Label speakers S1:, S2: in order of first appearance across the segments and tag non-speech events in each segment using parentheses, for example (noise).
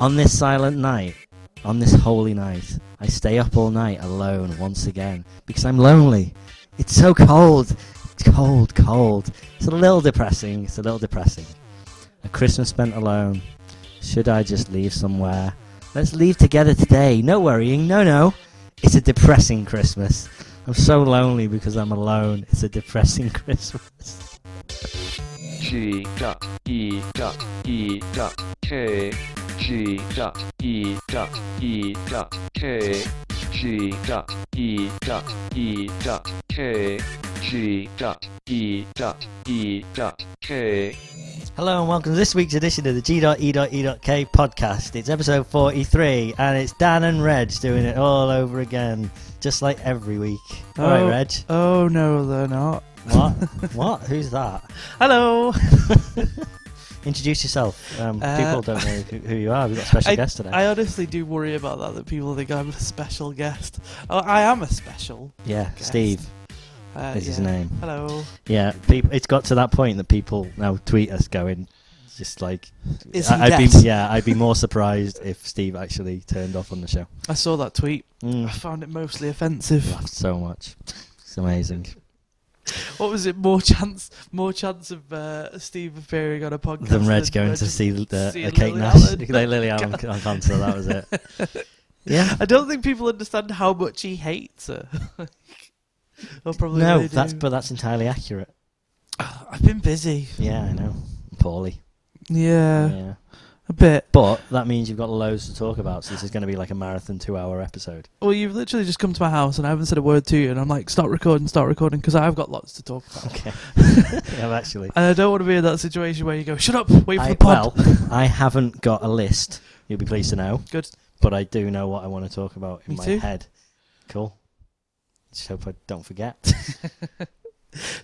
S1: On this silent night, on this holy night, I stay up all night alone once again because I'm lonely. It's so cold, it's cold, cold. It's a little depressing, it's a little depressing. A Christmas spent alone. Should I just leave somewhere? Let's leave together today. No worrying, no, no. It's a depressing Christmas. I'm so lonely because I'm alone. It's a depressing (laughs) Christmas.
S2: G dot E dot E dot K G dot E dot E dot K G dot E dot E dot K G dot E dot E dot K
S1: Hello and welcome to this week's edition of the G.E.E.K podcast. It's episode 43 and it's Dan and Reg doing it all over again, just like every week. All right,
S3: Oh.
S1: Reg.
S3: Oh no, they're not.
S1: What? what? Who's that?
S3: Hello.
S1: Introduce yourself. Um,
S3: Uh,
S1: people don't know who, who you are. We've got a special guest today.
S3: I honestly do worry about that. That people think I'm a special guest. Oh, I am a special.
S1: yeah,
S3: guest.
S1: Steve
S3: Uh,
S1: is his
S3: yeah.
S1: name.
S3: Hello.
S1: Yeah, peop it's got to that point that people now tweet us going, just like,
S3: Is he
S1: I, would
S3: deaf?
S1: be yeah, I'd be more surprised if Steve actually turned off on the show.
S3: I saw that tweet. I
S1: Mm,
S3: found it mostly offensive.
S1: laughed so much. It's
S3: (laughs)
S1: amazing.
S3: What was it? More chance, more chance of uh, Steve appearing on a podcast
S1: Than Reg going to
S3: Reg-
S1: see the
S3: see
S1: uh, Kate
S3: Lily
S1: Nash, (laughs)
S3: Allen.
S1: like Lily
S3: (laughs)
S1: Allen on concert. That was it. Yeah.
S3: I don't think people understand how much he hates her. (laughs) Or probably
S1: No,
S3: they
S1: that's
S3: do.
S1: but that's entirely accurate.
S3: I've been busy.
S1: Yeah, I know. Poorly.
S3: Yeah,
S1: yeah.
S3: a bit.
S1: But that means you've got loads to talk about. So this is going to be like a marathon two-hour episode. (laughs)
S3: Well, you've literally just come to my house and I haven't said a word to you, and I'm like, start recording, start recording, because I've got lots to talk about. (laughs)
S1: Okay. yeah, actually.
S3: And I don't want to be in that situation where you go, shut up, wait for
S1: I,
S3: the pod.
S1: well, I haven't got a list. You'll be pleased to know,
S3: (laughs)
S1: (laughs)
S3: Good.
S1: but I do know what I want to talk about in
S3: Me
S1: my
S3: too.
S1: head. Cool. Just hope I don't forget.
S3: (laughs)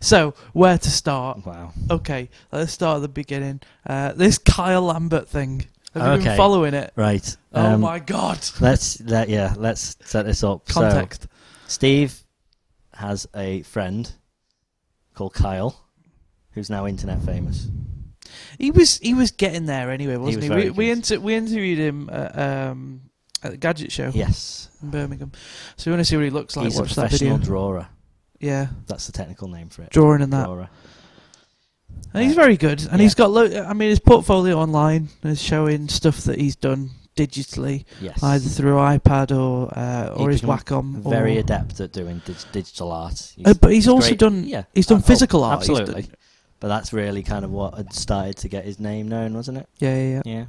S3: So, where to start?
S1: wow.
S3: Okay, let's start at the beginning. Uh, this Kyle Lambert thing. Have you
S1: Okay.
S3: been following it?
S1: Right.
S3: oh
S1: um,
S3: my god.
S1: Let's let yeah. Let's set this up.
S3: Context.
S1: So Steve has a friend called Kyle, who's now internet famous.
S3: He was he was getting there anyway, wasn't
S1: was
S3: he?
S1: very
S3: We we,
S1: good.
S3: inter- we interviewed him at, um, at the Gadget Show
S1: Yes.
S3: in Birmingham. So you want to see what he looks like?
S1: He's a
S3: Watch Oh. that video.
S1: professional drawer.
S3: yeah,
S1: That's the technical name for it.
S3: drawing and that.
S1: Drawer.
S3: And he's
S1: Uh,
S3: very good, and
S1: yeah.
S3: he's got. Lo- I mean, his portfolio online is showing stuff that he's done digitally,
S1: Yes.
S3: either through iPad or uh,
S1: He
S3: or his
S1: become
S3: Wacom.
S1: very
S3: or,
S1: adept at doing dig- digital art. He's-
S3: Uh, but he's also
S1: great.
S3: done.
S1: Yeah,
S3: He's done
S1: Oh,
S3: physical art. he's done-
S1: Absolutely. But that's really kind of what had started to get his name known, wasn't it?
S3: yeah, yeah, yeah.
S1: Yeah.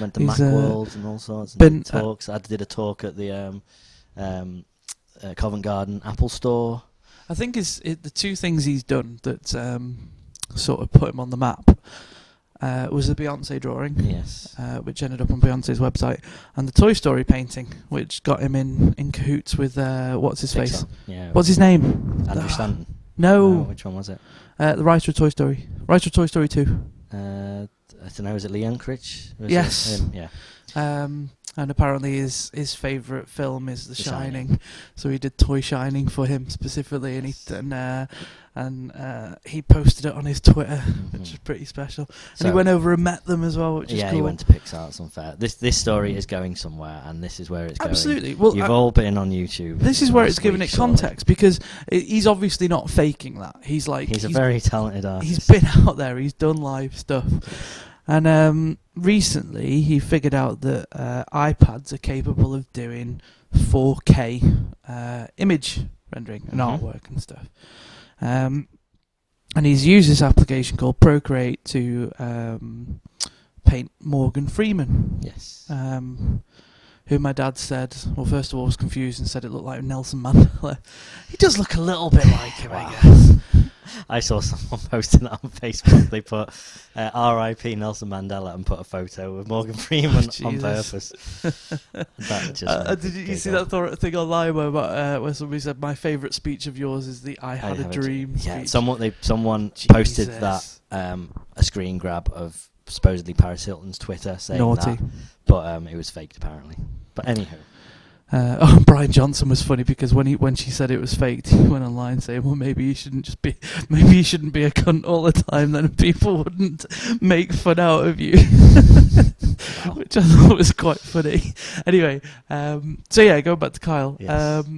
S1: Went to
S3: He's, uh,
S1: Macworld and all sorts. And
S3: been,
S1: did
S3: uh,
S1: talks. I did a talk at the um, um, uh, Covent Garden Apple Store.
S3: I think it's it, the two things he's done that um, sort of put him on the map uh, was the Beyonce drawing.
S1: Yes.
S3: Uh, which ended up on Beyonce's website, and the Toy Story painting, which got him in, in cahoots with uh, what's his face?
S1: Pixar. Yeah.
S3: What's his name?
S1: Andrew
S3: Ah, Oh.
S1: Stanton.
S3: No,
S1: No, which one was it?
S3: Uh, the writer of Toy Story. Writer of Toy Story 2.
S1: Uh, I don't know. Is it Lee Unkrich? Was it
S3: Yes.
S1: him? Yeah.
S3: Um, and apparently his, his favourite film is The,
S1: The Shining.
S3: Shining. (laughs) So he did Toy Shining for him specifically, and he, and, uh, and uh, he posted it on his Twitter, which
S1: Mhm.
S3: is pretty special.
S1: So-
S3: and he went over and met them as well, which is
S1: yeah,
S3: cool.
S1: he went to Pixar. It's unfair. This this story is going somewhere, and this is where it's
S3: Absolutely.
S1: going.
S3: Well,
S1: You've
S3: uh,
S1: all been on YouTube.
S3: this is where
S1: this
S3: it's given
S1: week,
S3: it
S1: surely.
S3: context because i he's obviously not faking that. He's like
S1: He's a very talented artist.
S3: he's been (laughs) out there. He's done live stuff, and um, recently he figured out that uh, iPads are capable of doing 4K uh, image rendering and
S1: Mhm.
S3: artwork and stuff. Um, and he's used this application called Procreate to um, paint Morgan Freeman,
S1: Yes.
S3: um, who my dad said, well, first of all, was confused and said it looked like Nelson Mandela. (laughs) He does look a little bit like him,
S1: Wow.
S3: I guess.
S1: I saw someone (laughs) posting that on Facebook. They put uh, "R.I.P. Nelson Mandela" and put a photo of Morgan (laughs) Freeman
S3: Oh,
S1: on purpose.
S3: Jesus. (laughs)
S1: That just
S3: Uh,
S1: made
S3: uh,
S1: me
S3: did you, you see
S1: giggle.
S3: that thor- thing online where about, uh, where somebody said my favorite speech of yours is the "I
S1: I
S3: had a
S1: haven't-
S3: dream"
S1: Yeah,
S3: speech."
S1: someone they someone posted that
S3: Jesus.
S1: um, a screen grab of supposedly Paris Hilton's Twitter saying
S3: naughty.
S1: that, but um, it was faked apparently. But anywho,
S3: Uh, (laughs) oh, Brian Johnson was funny because when he when she said it was faked, (laughs) he went online saying, "Well, maybe you shouldn't just be (laughs) maybe you shouldn't be a cunt all the time, then people wouldn't make fun out of you."
S1: Wow.
S3: (laughs) which I thought was quite funny. (laughs) Anyway, um, so yeah, going back to Kyle.
S1: Yes.
S3: Um,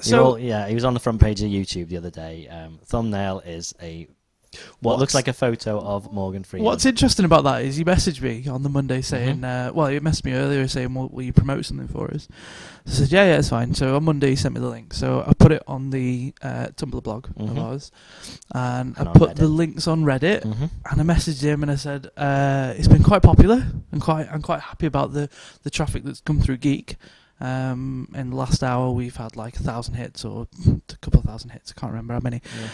S1: So
S3: so
S1: yeah, he was on the front page of YouTube the other day. Um, thumbnail is a what
S3: What's-
S1: looks like a photo of Morgan Freeman.
S3: what's interesting about that is he messaged me on the Monday
S1: Mm-hmm.
S3: saying, uh, well, he messaged me earlier saying, well, will you promote something for us? So I said, yeah, yeah, it's fine. So on Monday he sent me the link. So I put it on the uh, Tumblr blog of
S1: Mhm.
S3: ours, and,
S1: And
S3: I
S1: on
S3: put the
S1: Reddit.
S3: links on Reddit. (laughs)
S1: Mhm.
S3: and I messaged him and I said, uh, "It's been quite popular and quite I'm quite happy about the the traffic that's come through Geek. Um, in the last hour, we've had like a thousand hits or a couple of thousand hits. I can't remember how many." (laughs)
S1: Yeah.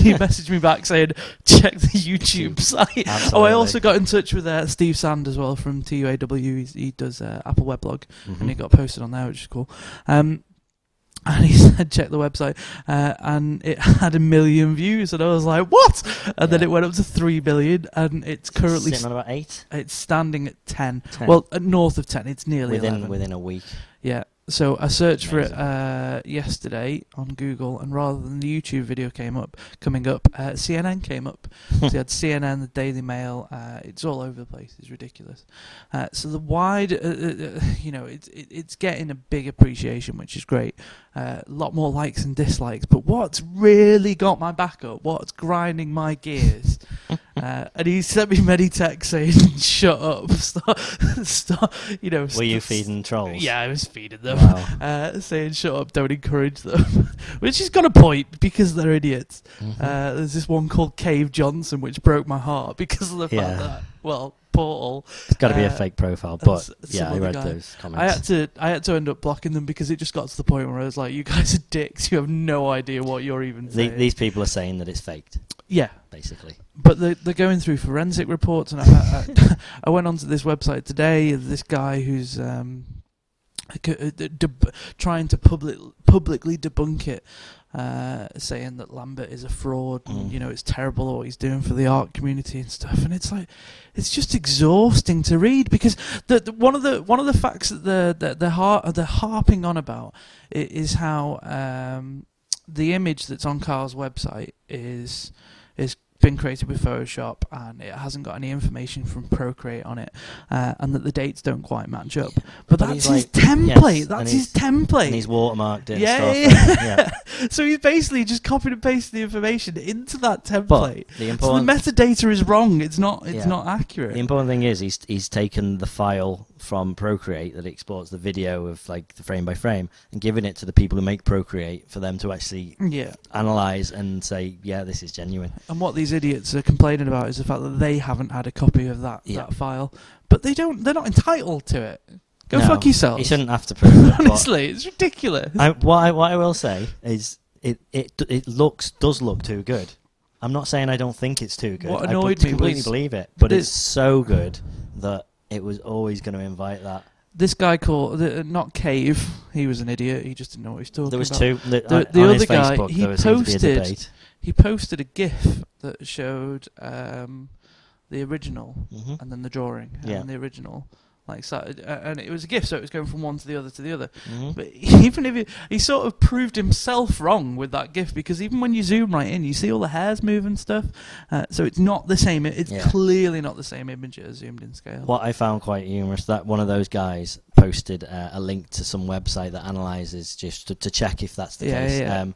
S1: (laughs)
S3: he messaged me back saying, "Check the YouTube
S1: YouTube.
S3: site." Oh,
S1: Absolutely.
S3: I also got in touch with uh, Steve Sand as well from TUAW. He's, he does uh, Apple Weblog
S1: Mhm.
S3: and it got posted on there, which is cool. Um, (laughs) and he said, check the website, uh, and it (laughs) had a million views, and I was like, what? And then
S1: Yeah.
S3: it went up to three billion, and it's currently
S1: Mm-hmm. sitting on about eight.
S3: st- it's standing at ten.
S1: 10.
S3: Well, uh, north of ten, it's nearly
S1: within
S3: 11.
S1: within a
S3: (laughs)
S1: week.
S3: Yeah. So I searched for it
S1: Amazing.
S3: uh, yesterday on Google, and rather than the YouTube video came up, coming up, uh, CNN came up. so you had CNN, the Daily Mail. Uh, it's all over the place. It's ridiculous. Uh, so the wide, uh, uh, uh, you know, it's it, it's getting a big appreciation, which is great. Uh, A lot more likes and dislikes. But what's really got my back up? What's grinding
S1: (laughs)
S3: my gears? uh, and he sent me many texts saying, (laughs) "Shut up, stop, stop." You know,
S1: (laughs) Were you
S3: st-
S1: feeding trolls?
S3: yeah, I was feeding them. (laughs)
S1: Wow.
S3: Uh, saying, shut up, don't encourage them. (laughs) which has got a point because they're idiots.
S1: Mhm.
S3: Uh, there's this one called Cave Johnson, which broke my heart (laughs) because of the
S1: Yeah.
S3: fact that, well, Portal.
S1: it's got to be a
S3: uh,
S1: fake profile,
S3: and
S1: but
S3: s- some
S1: yeah, I
S3: other
S1: read
S3: guy.
S1: those
S3: I
S1: comments.
S3: had to I had to end up blocking them because it just got to the point where I was like, you guys are dicks. You have no idea what you're even
S1: The-
S3: saying.
S1: these people are saying that it's faked,
S3: yeah,
S1: basically.
S3: but they're, they're going through forensic reports, and I, I, I, I went onto this website today. of This guy who's um, c- uh, d- deb- trying to public, publicly debunk it, uh, saying that Lambert is a fraud, and
S1: Mm.
S3: you know it's terrible what he's doing for the art community and stuff. And it's like, it's just exhausting to read because the, the one of the one of the facts that they're that they're, har- they're harping on about i- is how um, the image that's on Carl's website is is been created with Photoshop and it hasn't got any information from Procreate on it, uh, and that the dates don't quite match up.
S1: But
S3: But, that's
S1: he's
S3: his
S1: like-
S3: template.
S1: yes, and
S3: that's
S1: he's-
S3: his template.
S1: And he's watermarked it.
S3: Yeah,
S1: and stuff. and-
S3: (laughs)
S1: yeah.
S3: so he's basically just copied and pasted the information into that template.
S1: But the
S3: so the
S1: important
S3: metadata is wrong. It's not. It's
S1: Yeah.
S3: not accurate.
S1: The important thing is he's he's taken the file from Procreate that exports the video of like the frame by frame and given it to the people who make Procreate for them to actually
S3: yeah.
S1: analyze and say, yeah, this is genuine.
S3: And what these idiots are complaining about is the fact that they haven't had a copy of that
S1: Yeah.
S3: that file, but they don't. They're not entitled to it. Go
S1: No,
S3: fuck yourself.
S1: He shouldn't have to
S3: (laughs)
S1: prove it. but
S3: Oh. Honestly, it's ridiculous.
S1: I, what I what I will say is it it it looks does look too good. I'm not saying I don't think it's too good.
S3: What
S1: I
S3: annoyed me
S1: completely
S3: was
S1: believe it, but
S3: this-
S1: it's so good that it was always going to invite that.
S3: this guy called the, uh, not Cave. He was an idiot. He just didn't know what he was talking
S1: There was
S3: about.
S1: two. The,
S3: The-
S1: on
S3: the
S1: his
S3: other guy,
S1: Facebook,
S3: he
S1: there seemed to be a
S3: posted-
S1: debate.
S3: He posted a GIF that showed um, the original
S1: hmm
S3: and then the drawing
S1: Yeah.
S3: and the original. Like so, uh, and it was a GIF, so it was going from one to the other to the other.
S1: hmm
S3: But (laughs) even if it, he sort of proved himself wrong with that GIF, because even when you zoom right in, you see all the hairs move and stuff. Uh, so it's not the same. i- It's
S1: Yeah.
S3: clearly not the same image at a zoomed in scale.
S1: What I found quite humorous that one of those guys posted uh, a link to some website that analyzes just to, to check if that's the
S3: Yeah,
S1: case.
S3: yeah, yeah.
S1: Um,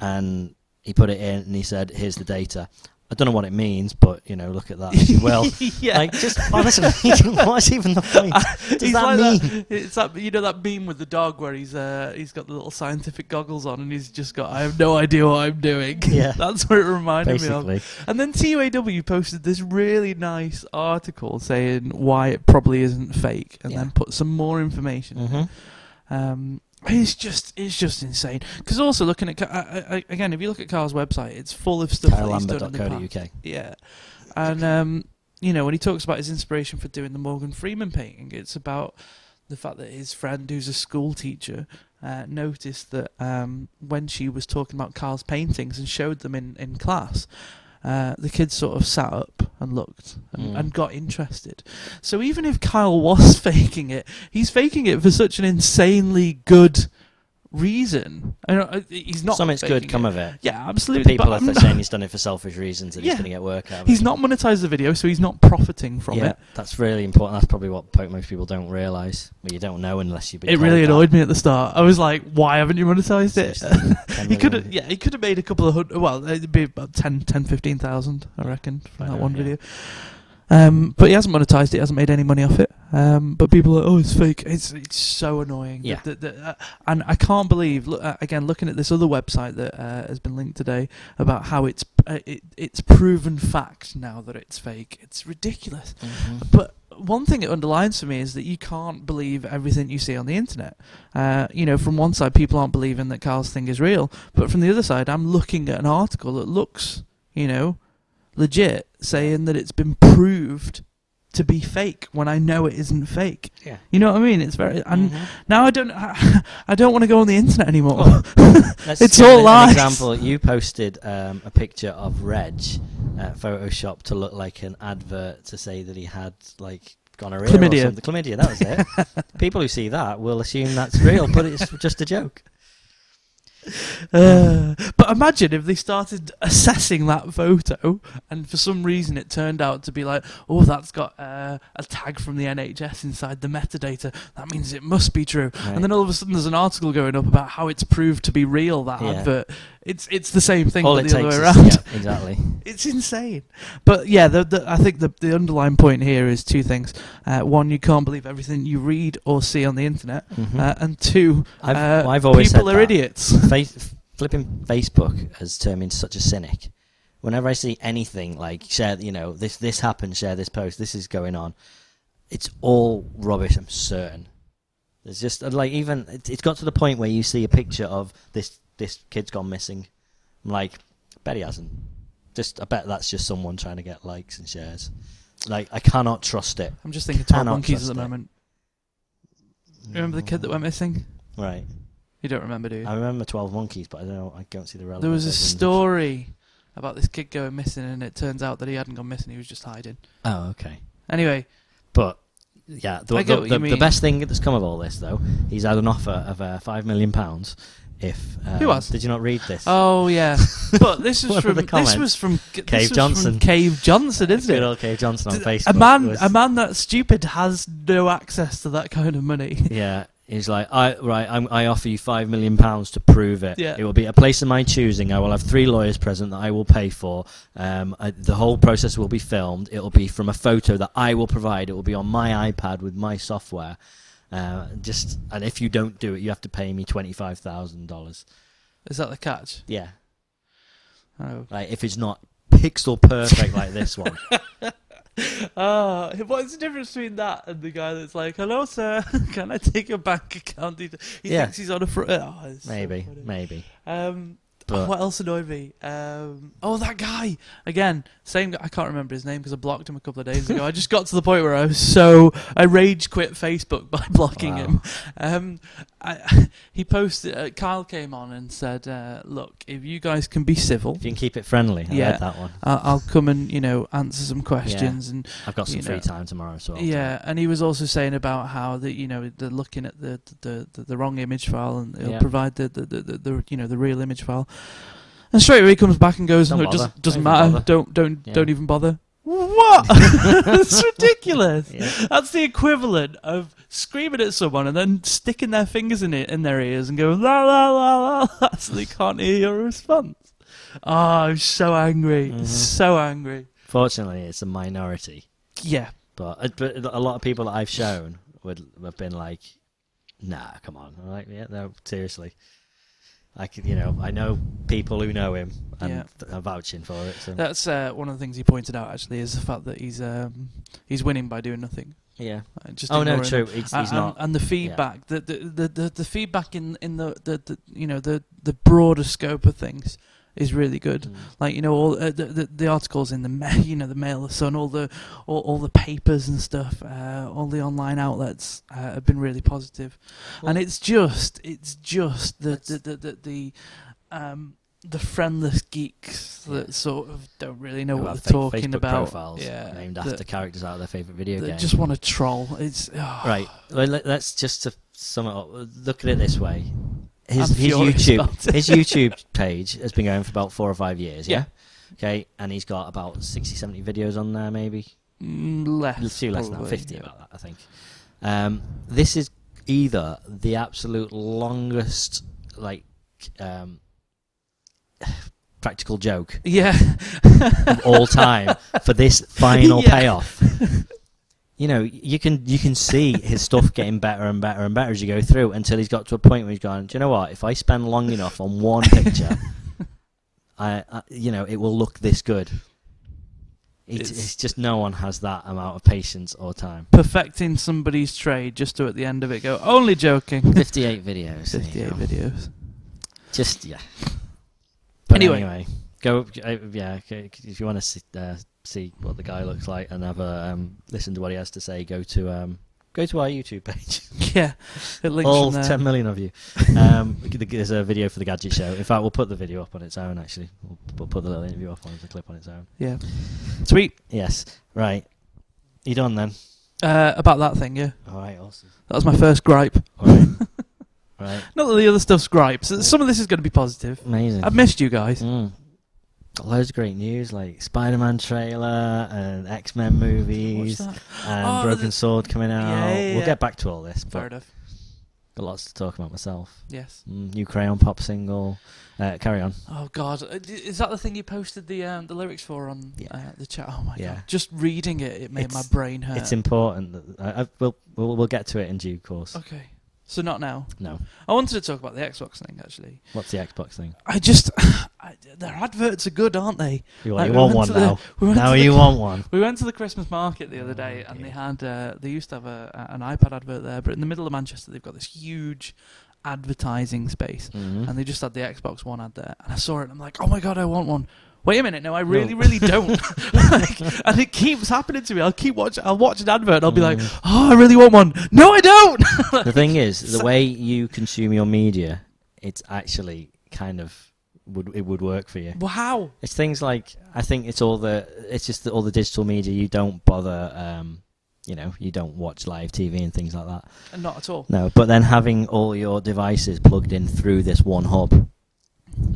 S1: and he put it in and he said, "Here's the data." I don't know what it means, but you know, look at that as
S3: (laughs)
S1: well.
S3: yeah.
S1: Like, just honestly, (laughs) what's even the point? Does
S3: He's
S1: that
S3: like
S1: mean?
S3: That, it's that you know that meme with the dog where he's uh he's got the little scientific goggles on and he's just got I have no idea what I'm doing. (laughs)
S1: Yeah.
S3: that's what it reminded me of.
S1: Basically,
S3: And then TUAW posted this really nice article saying why it probably isn't fake, and
S1: Yeah.
S3: then put some more information. in
S1: Mhm.
S3: um, it's just it's just insane. Because also looking at Ca- I, I, again, if you look at Carl's website, it's full of stuff. That he's done in the past.
S1: carolambert.co.uk.
S3: Yeah, and um, you know when he talks about his inspiration for doing the Morgan Freeman painting, it's about the fact that his friend, who's a school teacher, uh, noticed that um, when she was talking about Carl's paintings and showed them in in class. Uh, the kids sort of sat up and looked and,
S1: Mm.
S3: and got interested. So (laughs) even if Kyle was faking it, he's faking it for such an insanely good reason. I don't, I- he's not.
S1: Something's
S3: faking
S1: good come
S3: it.
S1: of it.
S3: Yeah,
S1: The
S3: absolutely.
S1: people,
S3: but
S1: if
S3: I'm
S1: they're
S3: not-
S1: saying he's done it for selfish reasons and
S3: Yeah.
S1: he's going to get work out of it.
S3: he's not monetized the video, so he's not profiting from
S1: yeah,
S3: it.
S1: That's really important. That's probably what po- most people don't realise. Well, you don't know unless you've been
S3: It
S1: told
S3: really
S1: that.
S3: annoyed me at the start. I was like, "Why haven't you monetized
S1: Seriously,
S3: it?" (laughs)
S1: 10
S3: He could have,
S1: million.
S3: yeah, he could have made a couple of hundred. Well, it'd be about 10, 10 15,000, I reckon, from
S1: Right
S3: that
S1: on,
S3: one
S1: yeah.
S3: video. Um, but he hasn't monetized it. hasn't made any money off it. Um, but people are, oh, it's fake. It's it's so annoying. that-
S1: Yeah.
S3: that- that, uh, and I can't believe. Look, uh, again, looking at this other website that uh, has been linked today about how it's uh, it, it's proven fact now that it's fake. It's ridiculous.
S1: Mhm.
S3: But one thing it underlines for me is that you can't believe everything you see on the internet. Uh, you know, from one side, people aren't believing that Carl's thing is real, but from the other side, I'm looking at an article that looks, you know, legit, saying that it's been proved to be fake when I know it isn't fake.
S1: Yeah.
S3: You know what I mean? It's very. And
S1: Mhm.
S3: now I don't. (laughs) I, don't want to go on the internet anymore.
S1: Well, Let's
S3: (laughs) It's
S1: give
S3: all
S1: an
S3: lies.
S1: example. You posted um, a picture of Reg, uh, Photoshop to look like an advert to say that he had like gonorrhea
S3: Chlamydia.
S1: or something. Chlamydia, that was it.
S3: (laughs)
S1: People who see that will assume that's real, but it's (laughs) just a joke.
S3: Uh, (sighs) but imagine if they started assessing that photo, and for some reason it turned out to be like, oh, that's got uh, a tag from the NHS inside the metadata. That means it must be true.
S1: Right.
S3: And then all of a sudden, there's an article going up about how it's proved to be real. That
S1: Yeah.
S3: advert. It's it's the same thing,
S1: all
S3: but
S1: it
S3: the other
S1: takes
S3: way
S1: is
S3: around.
S1: yeah, exactly.
S3: (laughs) It's insane. But yeah, the, the, I think the, the underlying point here is two things. Uh, one, you can't believe everything you read or see on the internet.
S1: Mhm.
S3: Uh, and two,
S1: I've,
S3: uh,
S1: well, I've always
S3: people
S1: said
S3: are
S1: that.
S3: idiots.
S1: Face, flipping Facebook has turned me into such a cynic. Whenever I see anything like share, you know, this this happened, share this post, this is going on, it's all rubbish. I'm certain. There's just like even it, it's got to the point where you see a picture of this this kid's gone missing. I'm like, bet he hasn't. Just I bet that's just someone trying to get likes and shares. Like I cannot trust it.
S3: I'm just thinking Tom
S1: Cannot
S3: Monkeys at
S1: trust
S3: the
S1: it.
S3: moment. Remember the kid that went missing?
S1: Right.
S3: You don't remember, do you?
S1: I remember Twelve Monkeys, but I don't. know- I don't see the relevance.
S3: there was a
S1: of them.
S3: story about this kid going missing, and it turns out that he hadn't gone missing; he was just hiding.
S1: Oh, okay.
S3: Anyway,
S1: But yeah, the,
S3: I get
S1: the,
S3: what
S1: the,
S3: you
S1: the
S3: mean.
S1: best thing that's come of all this, though, he's had an offer of uh, five million pounds. If um,
S3: Who has?
S1: Did you not read this? (laughs)
S3: oh yeah, but this
S1: One
S3: was
S1: of
S3: from
S1: the
S3: this
S1: comments.
S3: was from Cave
S1: Cave Johnson.
S3: Cave Johnson, isn't
S1: Good
S3: it?
S1: old Cave Johnson on
S3: Did-
S1: Facebook.
S3: a man,
S1: was-
S3: a man that stupid has no access to that kind of money.
S1: (laughs) Yeah, he's like, I right, I'm, I offer you five million pounds to prove it.
S3: Yeah.
S1: It will be a place of my choosing. I will have three lawyers present that I will pay for. Um, I, the whole process will be filmed. It will be from a photo that I will provide. It will be on my iPad with my software. Uh, just and if you don't do it, you have to pay me twenty five thousand dollars.
S3: Is that the catch?
S1: Yeah.
S3: (laughs) Oh,
S1: Like if it's not pixel perfect like (laughs) this one.
S3: oh what's the difference between that and the guy that's like, "Hello, sir, (laughs) can I take your bank account?" detail?" He
S1: Yeah.
S3: thinks he's on a front. Oh, it's so
S1: maybe,
S3: funny.
S1: maybe.
S3: Um,
S1: But-
S3: what else annoyed me? Um, oh, that guy again. Same. guy- I can't remember his name because I blocked him a couple of days ago. I just got to the point where I was so I rage quit Facebook (laughs) by blocking
S1: Wow.
S3: him. Um, I, (laughs) he posted. Uh, Kyle came on and said, uh, "Look, if you guys can be civil."
S1: If you can keep it friendly, I
S3: Yeah.
S1: read that one.
S3: I- I'll come and you know answer some questions and
S1: I've got some
S3: You
S1: free
S3: know.
S1: time tomorrow, so I'll
S3: yeah, and he was also saying about how that you know they're looking at the the, the, the wrong image file and it'll
S1: Yeah.
S3: provide the the, the, the the you know the real image file. And straight away he comes back and goes,
S1: Don't
S3: no, it
S1: bother.
S3: doesn't doesn't
S1: Don't even
S3: matter.
S1: bother."
S3: Don't don't
S1: Yeah.
S3: don't even bother. (laughs)
S1: (laughs)
S3: What? That's ridiculous.
S1: do it. Yeah.
S3: That's the equivalent of screaming at someone and then sticking their fingers in it in their ears and going la la la la, (laughs) la so they can't hear your response. Oh, I'm so angry,
S1: Mhm.
S3: so angry.
S1: (laughs) Fortunately, it's a minority,
S3: Yeah,
S1: but, uh, but a lot of people that I've shown would have been like, "Nah, come on." I'm like, "Yeah, no, seriously." I could, you know, I know people who know him and
S3: Yeah.
S1: th- are vouching for it. So
S3: That's uh, one of the things he pointed out. Actually, is the fact that he's um, he's winning by doing nothing.
S1: yeah.
S3: Uh, Just
S1: Oh no,
S3: ignoring
S1: true.
S3: them.
S1: He's,
S3: A-
S1: he's
S3: and,
S1: not.
S3: and the feedback, the, the, the, the, the feedback in, in the, the, the you know the, the broader scope of things is really good.
S1: Mm.
S3: Like you know all uh, the, the the articles in the ma- (laughs) you know the Mail, the Sun, all the all, all the papers and stuff, uh, all the online outlets uh, have been really positive,
S1: Well-
S3: and it's just it's just the
S1: That's-
S3: the the, the, the um. The friendless geeks that
S1: Yeah.
S3: sort of don't really know
S1: Who
S3: what
S1: have
S3: they're
S1: fa-
S3: talking
S1: Facebook
S3: about.
S1: profiles
S3: yeah,
S1: named
S3: that-
S1: after characters out of their favorite video
S3: that
S1: game.
S3: just want to troll. It's oh,
S1: Right. Let, us just to sum it up. Look at it this way: his, his
S3: I'm furious about
S1: YouTube
S3: it.
S1: his YouTube page has been going for about four or five years. Yeah.
S3: Yeah.
S1: Okay, and he's got about 60, 70 videos on there, maybe
S3: Mm, less.
S1: Let's see less than that,
S3: probably,
S1: fifty
S3: yeah.
S1: about that, I think. Um, this is either the absolute longest like um, (sighs) practical joke
S3: Yeah.
S1: of all time for this final
S3: Yeah.
S1: payoff. You know, you can you can see his stuff getting better and better and better as you go through until he's got to a point where he's gone. Do you know what? If I spend long enough on one picture, I, I you know it will look this good. It's,
S3: It's-
S1: it's just no one has that amount of patience or time.
S3: (laughs) Perfecting somebody's trade just to at the end of it go, only
S1: (laughs)
S3: joking.
S1: 58 videos. there you
S3: 58
S1: go.
S3: videos.
S1: Just, yeah. But anyway,
S3: Anyway.
S1: go, uh, yeah, okay, if you want to see, uh, see what the guy looks like and have a, um, listen to what he has to say, go to, um, go to our YouTube page.
S3: (laughs)
S1: (laughs)
S3: Yeah. It links
S1: All
S3: from there.
S1: 10 million of you. Um, (laughs) the- there's a video for the Gadget Show. In fact, we'll put the video up on its own, actually. We'll, we'll put the little interview up on the clip on its own.
S3: Yeah. Sweet.
S1: Yes. Right. You done then?
S3: Uh, about that thing, yeah.
S1: All right, awesome.
S3: That was my first gripe.
S1: All (laughs) right. right.
S3: Not that the other stuff's gripes. Some of this is going to be positive.
S1: Amazing.
S3: I've missed you guys.
S1: Mm. Got loads of great news like Spider Man trailer and X Men movies
S3: What's that?
S1: and
S3: Oh,
S1: Broken
S3: the-
S1: Sword coming out.
S3: Yeah, yeah,
S1: We'll
S3: yeah.
S1: get back to all this,
S3: Fair
S1: but
S3: enough.
S1: got lots to talk about myself.
S3: Yes.
S1: Mm, new Crayon Pop single. Uh, carry on.
S3: Oh God, Uh, d- is that the thing you posted the um, the lyrics for on
S1: Yeah.
S3: uh, the chat? Oh my
S1: Yeah.
S3: God, just reading it, it made my
S1: It's-
S3: brain hurt.
S1: It's important. That, I, I, we'll, we'll, we'll get to it in due course.
S3: okay, so not now.
S1: No.
S3: I wanted to talk about the Xbox thing actually.
S1: What's the Xbox thing?
S3: I just (sighs) I, their adverts are good, aren't they?
S1: You,
S3: Like,
S1: you
S3: we
S1: want
S3: went
S1: one
S3: to Uh, the-
S1: now.
S3: we went
S1: Now
S3: to the-
S1: you want one.
S3: We went to the Christmas market the other day, and they had uh, they used to have a, a- an iPad advert there, but in the middle of Manchester, they've got this huge advertising space,
S1: Mhm.
S3: and they just had the Xbox One ad there, and I saw it, and I'm like, oh my god, I want one. Wait a minute, no, I really, really (laughs) don't. like, and it keeps happening to me. I'll keep watch. I'll watch an advert, and I'll be like, oh, I really want one. No, I don't.
S1: the thing is, the way you consume your media, it's actually kind of would it would work for you.
S3: (laughs) well, how?
S1: It's things like I think it's all the it's just the, all the digital media. You don't bother, um, you know, you don't watch live TV and things like that.
S3: Not at all.
S1: No, but then having all your devices plugged in through this one hub,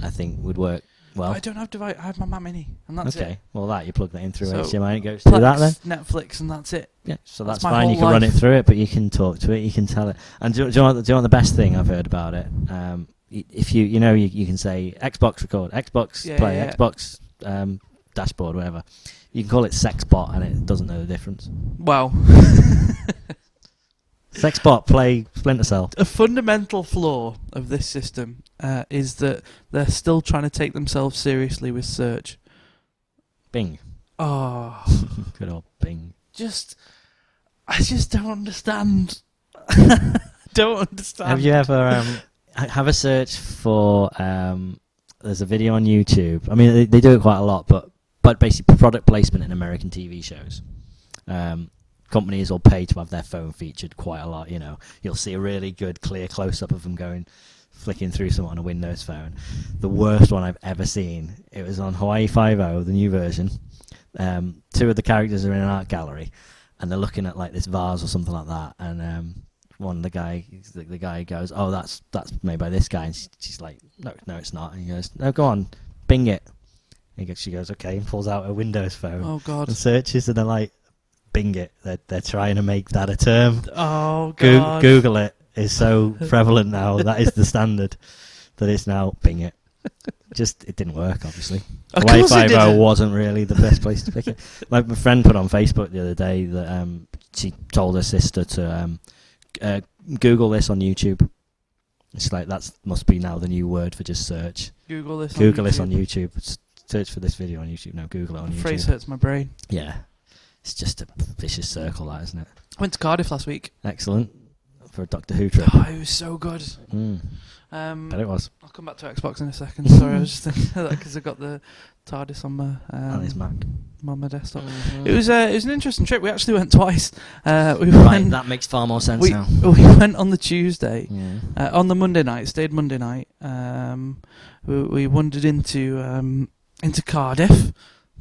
S1: I think would work well.
S3: I don't have device. I have my Mac Mini, and that's
S1: Okay,
S3: it.
S1: well that you plug that in through
S3: So,
S1: HDMI, it goes
S3: Plex,
S1: through that then.
S3: Netflix, and that's it.
S1: Yeah, so
S3: That's
S1: that's,
S3: my
S1: fine. You
S3: whole
S1: can run it
S3: life.
S1: through it, but you can talk to it. You can tell it. And do, do, you, know, what- do you know what the best thing I've heard about it? Um, y- if you you know you, you can say Xbox record, Xbox
S3: Yeah,
S1: play,
S3: yeah, yeah.
S1: Xbox um, dashboard, whatever. You can call it Sexbot, and it doesn't know the difference.
S3: Wow. (laughs)
S1: Sexbot play Splinter Cell.
S3: a fundamental flaw of this system uh, is that they're still trying to take themselves seriously with search.
S1: Bing.
S3: Oh,
S1: Good old Bing.
S3: just I just don't understand. (laughs) don't understand.
S1: Have you ever um, ha- have a search for? Um, there's a video on YouTube. I mean, they, they do it quite a lot, but but basically product placement in American TV shows. Um, companies will pay to have their phone featured quite a lot. You know, you'll see a really good clear close up of them going flicking through someone on a Windows phone. The worst one I've ever seen. It was on Hawaii Five O, the new version. Um, two of the characters are in an art gallery, and they're looking at like this vase or something like that, and. Um, one the guy the, the guy goes oh that's that's made by this guy and she's, she's like no no it's not and he goes no go on bing it and he goes, she goes okay and pulls out her windows phone
S3: Oh God.
S1: and searches and they're like bing it they're, they're trying to make that a term
S3: Oh
S1: Goo
S3: God.
S1: google it is so
S3: (laughs)
S1: prevalent now that is the standard that it's now bing it just it didn't work obviously
S3: Of
S1: Hawaii
S3: course it
S1: Five-O
S3: didn't.
S1: wasn't really the best place to
S3: (laughs)
S1: pick it. My, my friend put on Facebook the other day that um, she told her sister to um, uh, Google this on YouTube. It's like that's must be now the new word for just search.
S3: Google this.
S1: Google
S3: on
S1: this on
S3: YouTube.
S1: YouTube. S- Search for this video on YouTube. No, Google it on
S3: The
S1: YouTube.
S3: phrase hurts my brain.
S1: Yeah, it's just a vicious circle, that isn't it?
S3: Went to Cardiff last week.
S1: Excellent for a Doctor Who trip.
S3: Oh, it was so good.
S1: Mm,
S3: Um,
S1: bet it was.
S3: I'll come back to Xbox in a second. Sorry, I was just thinking of that because I got the TARDIS on my
S1: and his
S3: um,
S1: Mac.
S3: on my desktop.
S1: Mm-hmm.
S3: It
S1: (laughs)
S3: was uh, it was an interesting trip. We actually went (laughs) twice. Uh, we
S1: Right,
S3: went
S1: that makes far more sense (laughs)
S3: we,
S1: now.
S3: (laughs) we went on the Tuesday.
S1: Yeah.
S3: Uh, on the Monday night, stayed Monday night. Um, we, we wandered into um, into Cardiff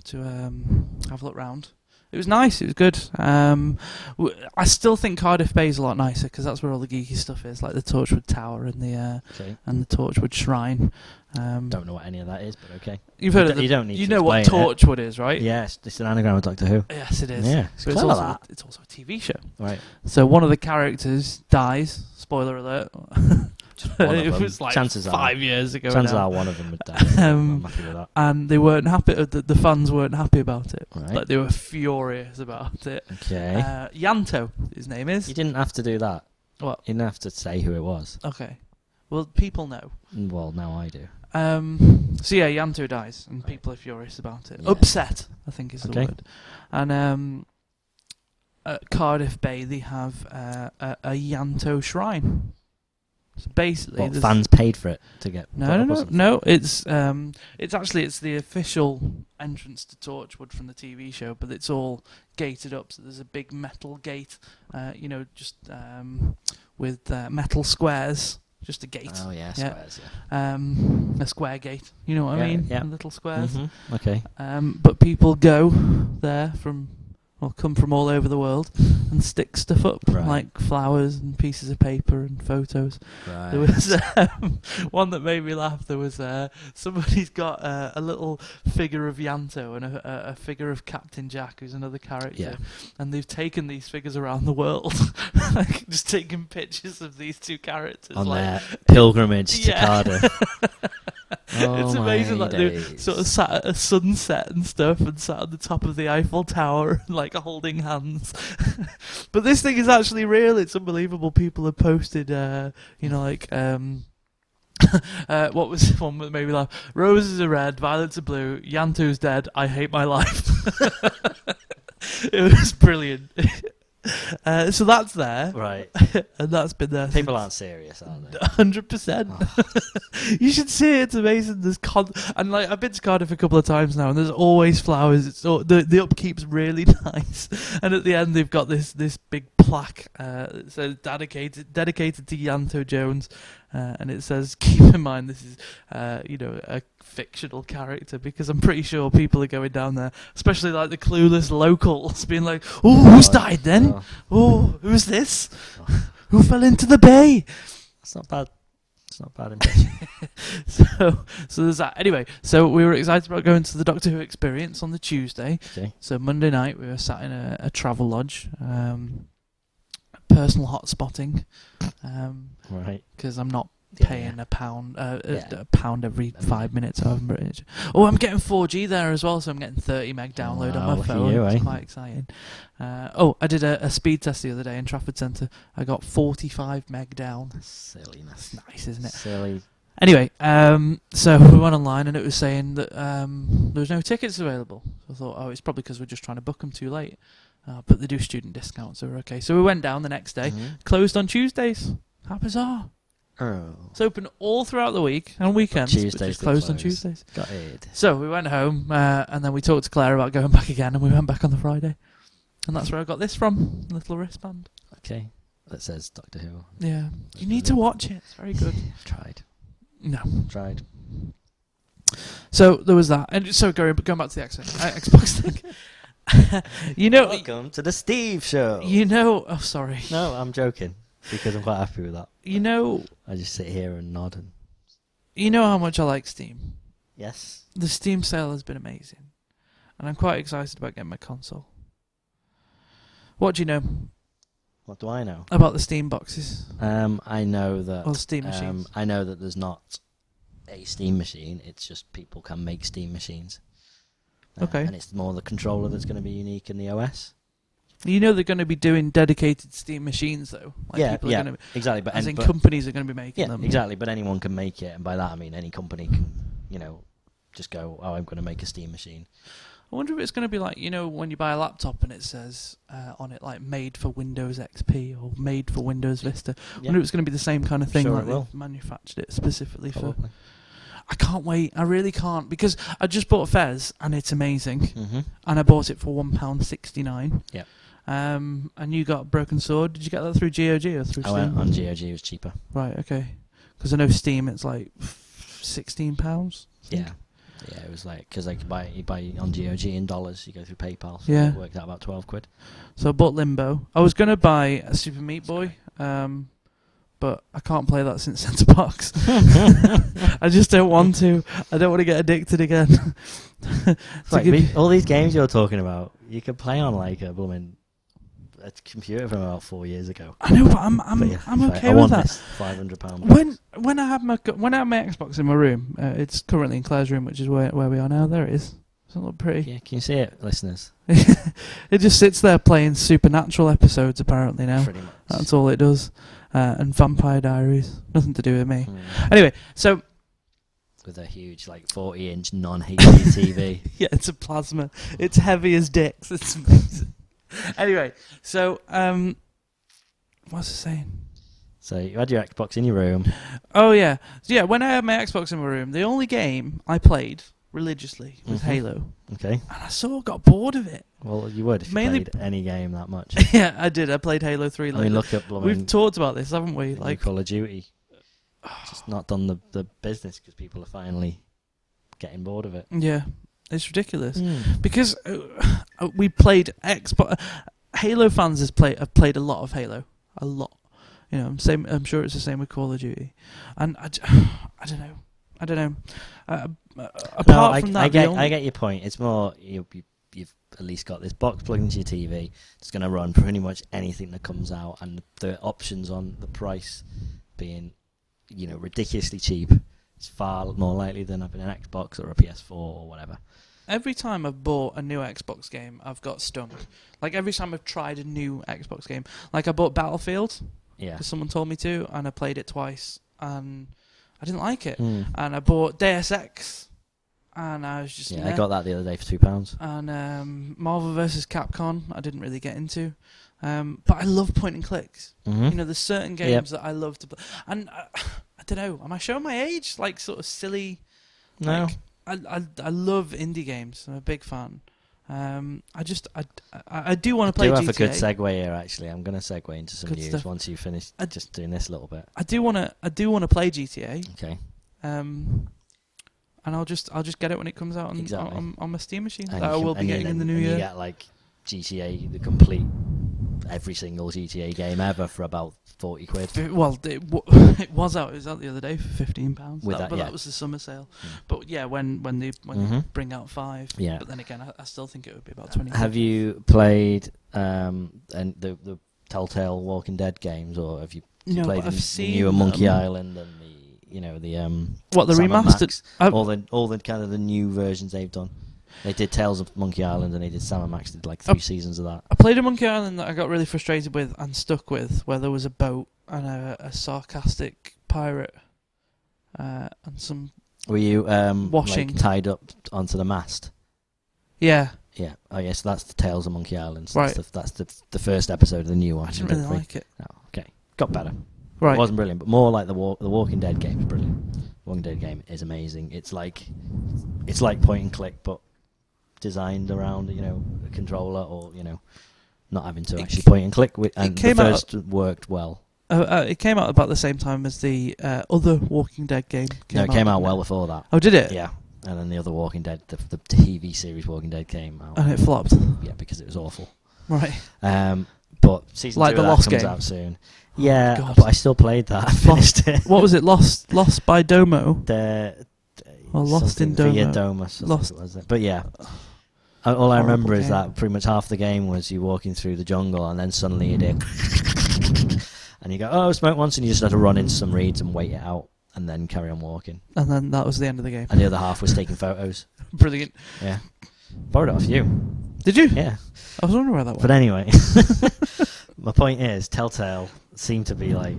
S3: to um, have a look round. It was nice. It was good. Um, w- I still think Cardiff Bay is a lot nicer because that's where all the geeky stuff is, like the Torchwood Tower and the uh,
S1: Okay.
S3: and the Torchwood Shrine. Um,
S1: Don't know what any of that is, but okay.
S3: you've heard
S1: you
S3: of
S1: don't-
S3: the,
S1: you don't need
S3: You
S1: to
S3: know what
S1: explain it.
S3: Torchwood is, right?
S1: Yes, it's an anagram of Doctor Who.
S3: Yes, it is.
S1: Yeah, it's
S3: But it's
S1: clever
S3: also
S1: that.
S3: it's also a TV show. (laughs)
S1: Right.
S3: So one of the characters dies. Spoiler alert.
S1: one of
S3: (laughs) it
S1: them.
S3: was like
S1: Chances are-
S3: five years ago.
S1: Chances
S3: now.
S1: are one of them would
S3: (laughs)
S1: die.
S3: Um,
S1: I'm happy with that.
S3: And they weren't happy. uh, The, the fans weren't happy about it.
S1: Right.
S3: Like they were furious about it.
S1: okay.
S3: Uh, Yanto, his name is.
S1: you didn't have to do that.
S3: What?
S1: You didn't have to say who it was.
S3: Okay. Well, people know.
S1: Well, now I do.
S3: Um, so yeah, Yanto dies, and
S1: Right.
S3: people are furious about it.
S1: Yeah.
S3: Upset, I think is the
S1: Okay.
S3: word. And um, at Cardiff Bay, they have uh, a, a Yanto shrine. So basically,
S1: What,
S3: there's-
S1: fans paid for it to get. put
S3: No,
S1: up
S3: no,
S1: or
S3: no,
S1: something?
S3: no. It's um, it's actually it's the official entrance to Torchwood from the TV show, but it's all gated up. So there's a big metal gate, uh, you know, just um, with uh, metal squares, just a gate,
S1: Oh yeah,
S3: Yeah.
S1: squares. Yeah.
S3: um, a square gate. You know what I
S1: Ah. Yeah,
S3: mean?
S1: yeah.
S3: Little squares.
S1: Mhm, Okay.
S3: Um, but people go there from, well, come from all over the world and stick stuff up
S1: Right.
S3: like flowers and pieces of paper and photos.
S1: Right.
S3: There was (laughs) um, one that made me laugh. There was uh, somebody's got uh, a little figure of Yanto and a, a, a figure of Captain Jack, who's another character,
S1: Yeah.
S3: and they've taken these figures around the world, (laughs) like just taking pictures of these two characters,
S1: on
S3: like (laughs)
S1: their pilgrimage to
S3: Yeah.
S1: Cardiff.
S3: It's
S1: Oh,
S3: amazing,
S1: my
S3: like, they
S1: days.
S3: sort of sat at a sunset and stuff, and sat on the top of the Eiffel Tower, (laughs) and like holding hands. (laughs) but this thing is actually real. It's unbelievable. People have posted, uh, you know, like. Um, (laughs) uh, what was (laughs) the one that made me laugh? Roses are red, violets are blue, Yanto's dead, I hate my life. (laughs) it was brilliant. (laughs) uh, so that's there, (laughs)
S1: right.
S3: and that's been there. since-
S1: People aren't serious, are they?
S3: hundred percent. (laughs) You should see it. It's amazing. There's con and like I've been to Cardiff a couple of times now, and there's always flowers. It's all, the the upkeep's really (laughs) nice, and at the end they've got this this big plaque uh, that says dedicated dedicated to Yanto Jones, uh, and it says (laughs) keep in mind this is uh, you know a fictional character because I'm pretty sure people are going down there, especially like the clueless locals, being like, "Oh, who's
S1: Oh,
S3: died then?
S1: oh,
S3: Oh, who's this? Who fell into the bay?"
S1: it's not bad. It's not (laughs) bad impression.
S3: (laughs) So, so there's that. Anyway, so we were excited about going to the Doctor Who experience on the Tuesday.
S1: Okay.
S3: So Monday night we were sat in a, a travel lodge, um, personal hot spotting, because
S1: Right.
S3: I'm not
S1: Yeah,
S3: paying a pound, uh, a-
S1: Yeah.
S3: a pound every five minutes. However, much it is. oh, I'm getting 4G there as well, so I'm getting 30 meg download
S1: Wow,
S3: on my
S1: lucky
S3: phone.
S1: you,
S3: it's
S1: eh?
S3: quite exciting. Uh, oh, I did a, a speed test the other day in Trafford Centre. I got 45 meg down.
S1: yeah. Silliness.
S3: That's
S1: (laughs)
S3: nice, isn't it?
S1: Silly.
S3: Anyway, um, so (laughs) we went online and it was saying that um, there was no tickets available. So I thought, oh, it's probably because we're just trying to book them too late. Uh, but they do student discounts, so we're okay. So we went down the next day.
S1: Mhm.
S3: Closed on Tuesdays. How bizarre!
S1: Oh,
S3: It's open all throughout the week and weekends, but
S1: Tuesdays
S3: just
S1: they
S3: closed on
S1: close.
S3: Tuesdays.
S1: got it.
S3: So we went home uh, and then we talked to Claire about going back again, and we went back on the Friday. And that's where I got this from, little wristband.
S1: Okay. That says Doctor Who.
S3: Yeah, you need to watch it. It's very good.
S1: (laughs) Tried.
S3: No,
S1: Tried.
S3: So there was that, and so going going back to the accent, uh, Xbox
S1: (laughs)
S3: thing. you know,
S1: Welcome to the Steve Show.
S3: you know. Oh, sorry.
S1: No, I'm joking because I'm quite happy with that.
S3: You know,
S1: I just sit here and nod and
S3: you know how much I like Steam.
S1: yes.
S3: The Steam sale has been amazing, and I'm quite excited about getting my console. What do you know
S1: What do I know?
S3: about the Steam boxes
S1: Um, I know that.
S3: or Steam
S1: Um,
S3: machines?
S1: I know that there's not a Steam machine. It's just people can make Steam machines. Uh,
S3: Okay.
S1: And it's more the controller that's going to be unique in the OS.
S3: you know they're going to be doing dedicated Steam machines, though.
S1: Yeah,
S3: people
S1: yeah,
S3: Are gonna be,
S1: Exactly. But,
S3: as
S1: and-
S3: in
S1: but-
S3: companies are going to be making
S1: yeah,
S3: them.
S1: exactly. But anyone can make it, and by that I mean any company can, you know, just go. Oh, I'm going to make a Steam machine.
S3: I wonder if it's going to be like you know when you buy a laptop and it says uh, on it like made for Windows XP or made for Windows Vista. I
S1: Yeah.
S3: wonder if it's going to be the same kind of thing.
S1: Sure
S3: like
S1: it
S3: they
S1: will.
S3: Manufactured it specifically for.
S1: Probably.
S3: I can't wait. I really can't because I just bought Fez and it's amazing.
S1: hmm
S3: And I bought it for one pound sixty nine.
S1: Yep.
S3: Um, and you got Broken Sword. Did you get that through GOG or through
S1: I
S3: Steam?
S1: went Oh, on GOG. It was cheaper.
S3: Right. Okay. Because I know Steam, it's like sixteen pounds.
S1: Yeah. Yeah, it was like because like buy you buy on GOG in dollars, you go through PayPal. So
S3: Yeah.
S1: it worked out about twelve
S3: (laughs)
S1: quid. (laughs)
S3: So I bought Limbo. I was gonna buy a Super Meat Boy, um, but I can't play that since (laughs) Centre
S1: (laughs)
S3: Box. I just don't want to. I don't want to get addicted again. (laughs) To
S1: Like,
S3: give
S1: we-
S3: you-
S1: all these games you're talking about, you could play on like a woman, a computer from about four years ago.
S3: I know, but I'm I'm
S1: But yeah,
S3: I'm
S1: it's like,
S3: okay
S1: I
S3: with
S1: want
S3: that.
S1: this five hundred pound.
S3: When when I have my co- when I have my Xbox in my room, uh, it's currently in Claire's room, which is where where we are now. There it is. Doesn't look pretty.
S1: Yeah, can you see it, listeners?
S3: It just sits there playing Supernatural episodes. Apparently now,
S1: Pretty much.
S3: that's all it does. Uh, and Vampire Diaries, nothing to do with me.
S1: Mm.
S3: Anyway, so
S1: With a huge like forty inch non HD TV.
S3: (laughs) yeah, it's a plasma. It's heavy as dicks. It's amazing. anyway, so um, what was I saying?
S1: So you had your Xbox in your room.
S3: Oh yeah, so, yeah. When I had my Xbox in my room, the only game I played religiously was
S1: Mhm.
S3: Halo, and
S1: Okay.
S3: I sort of got bored of it. (laughs)
S1: Well, you would if you
S3: Mainly-
S1: played any game that
S3: (laughs)
S1: much.
S3: yeah, I did. I played Halo Three.
S1: I
S3: Later.
S1: mean, look up. I
S3: We've
S1: mean,
S3: talked about this, haven't we?
S1: in
S3: Like, (sighs)
S1: Call of Duty. Just not done the, the business because people are finally getting bored of it.
S3: yeah, it's ridiculous because uh, uh, we played Xbox. Halo fans has play have played a lot of Halo, a lot. You know, I'm same. I'm sure it's the same with Call of Duty, and (sighs) I, don't know, I don't know. Uh, uh, apart
S1: No, I,
S3: from that,
S1: I
S3: the
S1: get
S3: only-
S1: I get your point. It's more you, you you've at least got this box plugged into your TV. It's going to run (laughs) pretty much anything that comes out, and the, the options on the price being you know ridiculously cheap. It's far more likely than up in an Xbox or a PS4 or whatever.
S3: Every time I've bought a new Xbox game, I've got stung. Like every time I've tried a new Xbox game, like I bought Battlefield
S1: Yeah.
S3: 'cause someone told me to, and I played it twice, and I didn't like it. Uh,
S1: Mm.
S3: And I bought Deus Ex, and I was just
S1: Yeah,
S3: meh.
S1: I got that the other day for two pounds.
S3: And um, Marvel vs. Capcom, I didn't really get into, um, but I love point and clicks.
S1: Mm-hmm.
S3: You know, there's certain
S1: Yep.
S3: games that I love to play, and I, (sighs) I don't know. Am I showing my age? Like sort of silly.
S1: no,
S3: Like, I, I I love indie games. I'm a big fan. Um, I just I, I, I do want to play
S1: do
S3: GTA.
S1: have a good segue here. Actually, I'm going to segue into some
S3: Good
S1: news
S3: stuff.
S1: once you finish
S3: I-
S1: just doing this little bit.
S3: I do want to I do want to play GTA.
S1: Okay,
S3: Um, and I'll just I'll just get it when it comes out on
S1: Exactly.
S3: on, on my Steam machine.
S1: And
S3: that
S1: you
S3: I
S1: can-
S3: will Uh, be
S1: and you
S3: getting in
S1: then-
S3: the new
S1: and
S3: year.
S1: You get like GTA, the complete every single GTA game ever for about forty quid.
S3: Fi- Well, it, w- (laughs) it was out. It was out the other day for fifteen pounds.
S1: With that,
S3: but
S1: yeah.
S3: that was the summer sale.
S1: Mm.
S3: But yeah, when when they when they
S1: Mhm.
S3: bring out five.
S1: Yeah.
S3: But then again, I, I still think it would be about twenty.
S1: Have you played um and the the Telltale Walking Dead games, or have you
S3: no,
S1: played
S3: but
S1: the,
S3: I've
S1: the
S3: seen
S1: newer Monkey
S3: um,
S1: Island and the you know the um
S3: What the
S1: Sam and
S3: remastered?
S1: Max,
S3: I've-
S1: all the all the kind of the new versions they've done. They did Tales of Monkey Island and they did Sam and Max did like three
S3: Oh.
S1: seasons of that.
S3: I played a Monkey Island that I got really frustrated with and stuck with, where there was a boat and a, a sarcastic pirate uh, and some
S1: Were you um
S3: Washing.
S1: like, tied up onto the mast?
S3: yeah.
S1: Yeah. Oh, yes. that's the Tales of Monkey Island. So
S3: Right.
S1: That's, the, that's the, the first episode of the new one.
S3: I didn't really like it.
S1: No. Okay. Got better.
S3: Right,
S1: It wasn't brilliant, but more like the Wa- the Walking Dead game is brilliant. Walking Dead game is amazing. It's like it's like point and click, but designed around you know a controller or you know not having to
S3: It
S1: actually
S3: c-
S1: point and click. wi- And the
S3: came out-
S1: first worked well.
S3: uh, uh, it came out about the same time as the uh, other Walking Dead game.
S1: no, it came out
S3: didn't
S1: well before that.
S3: Oh, did it?
S1: Yeah. And then the other Walking Dead, the, the TV series Walking Dead came out.
S3: and it flopped.
S1: yeah, because it was awful.
S3: Right,
S1: Um, but season
S3: Like
S1: two
S3: the
S1: of that
S3: Lost
S1: comes
S3: game. Oh
S1: out soon. Yeah,
S3: God.
S1: but I still played that. (laughs) I finished
S3: (laughs)
S1: it.
S3: what was it? Lost, lost by Domo.
S1: The, the-
S3: Or Lost in
S1: something via
S3: Domo.
S1: Domus, I
S3: Lost-
S1: think it was it. But
S3: (sighs)
S1: yeah, A- all I
S3: Horrible
S1: remember is
S3: game.
S1: that pretty much half the game was you walking through the jungle and then suddenly you did, (laughs) and you go, oh, smoke once, and you just had to run into some reeds and wait it out, and then carry on walking.
S3: And then that was the end of the game.
S1: And the other half was taking photos.
S3: (laughs) Brilliant.
S1: Yeah, borrowed it off you.
S3: Did you?
S1: Yeah.
S3: I was wondering where that was.
S1: But anyway, (laughs) my point is, Telltale seem to be like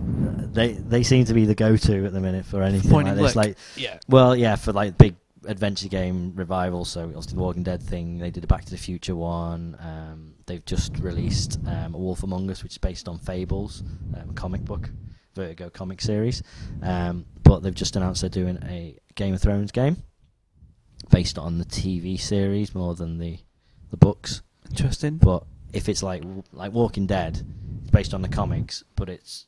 S1: they they seem to be the go-to at the minute for anything
S3: Point
S1: like
S3: and
S1: this.
S3: click.
S1: Like,
S3: yeah.
S1: well, yeah, for like big adventure game revivals. So obviously the Walking Dead thing. They did a Back to the Future one. Um, they've just released um, A Wolf Among Us, which is based on Fables, um, comic book, Vertigo comic series. Um, but they've just announced they're doing a Game of Thrones game based on the TV series more than the the books.
S3: Interesting.
S1: But if it's like like Walking Dead, it's based on the comics, but it's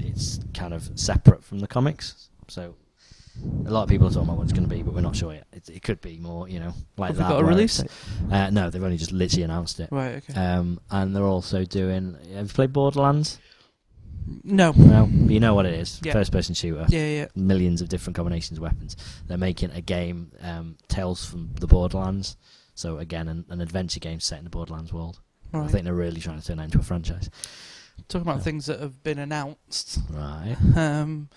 S1: it's kind of separate from the comics. So A lot of people are talking about what it's going to be, but we're not sure yet. It, it could be more, you know, like
S3: Have we
S1: that.
S3: got a
S1: where
S3: release?
S1: it's- Uh, no, they've only just literally announced it.
S3: Right. Okay.
S1: Um, and they're also doing. Have you played Borderlands?
S3: no.
S1: No, but you know what it is.
S3: Yeah.
S1: First-person shooter.
S3: Yeah. Yeah.
S1: Millions of different combinations of weapons. They're making a game, um, Tales from the Borderlands. So again, an, an adventure game set in the Borderlands world.
S3: All
S1: I
S3: right.
S1: think they're really trying to turn that into a franchise.
S3: Talking about
S1: Yeah.
S3: things that have been announced.
S1: Right.
S3: Um,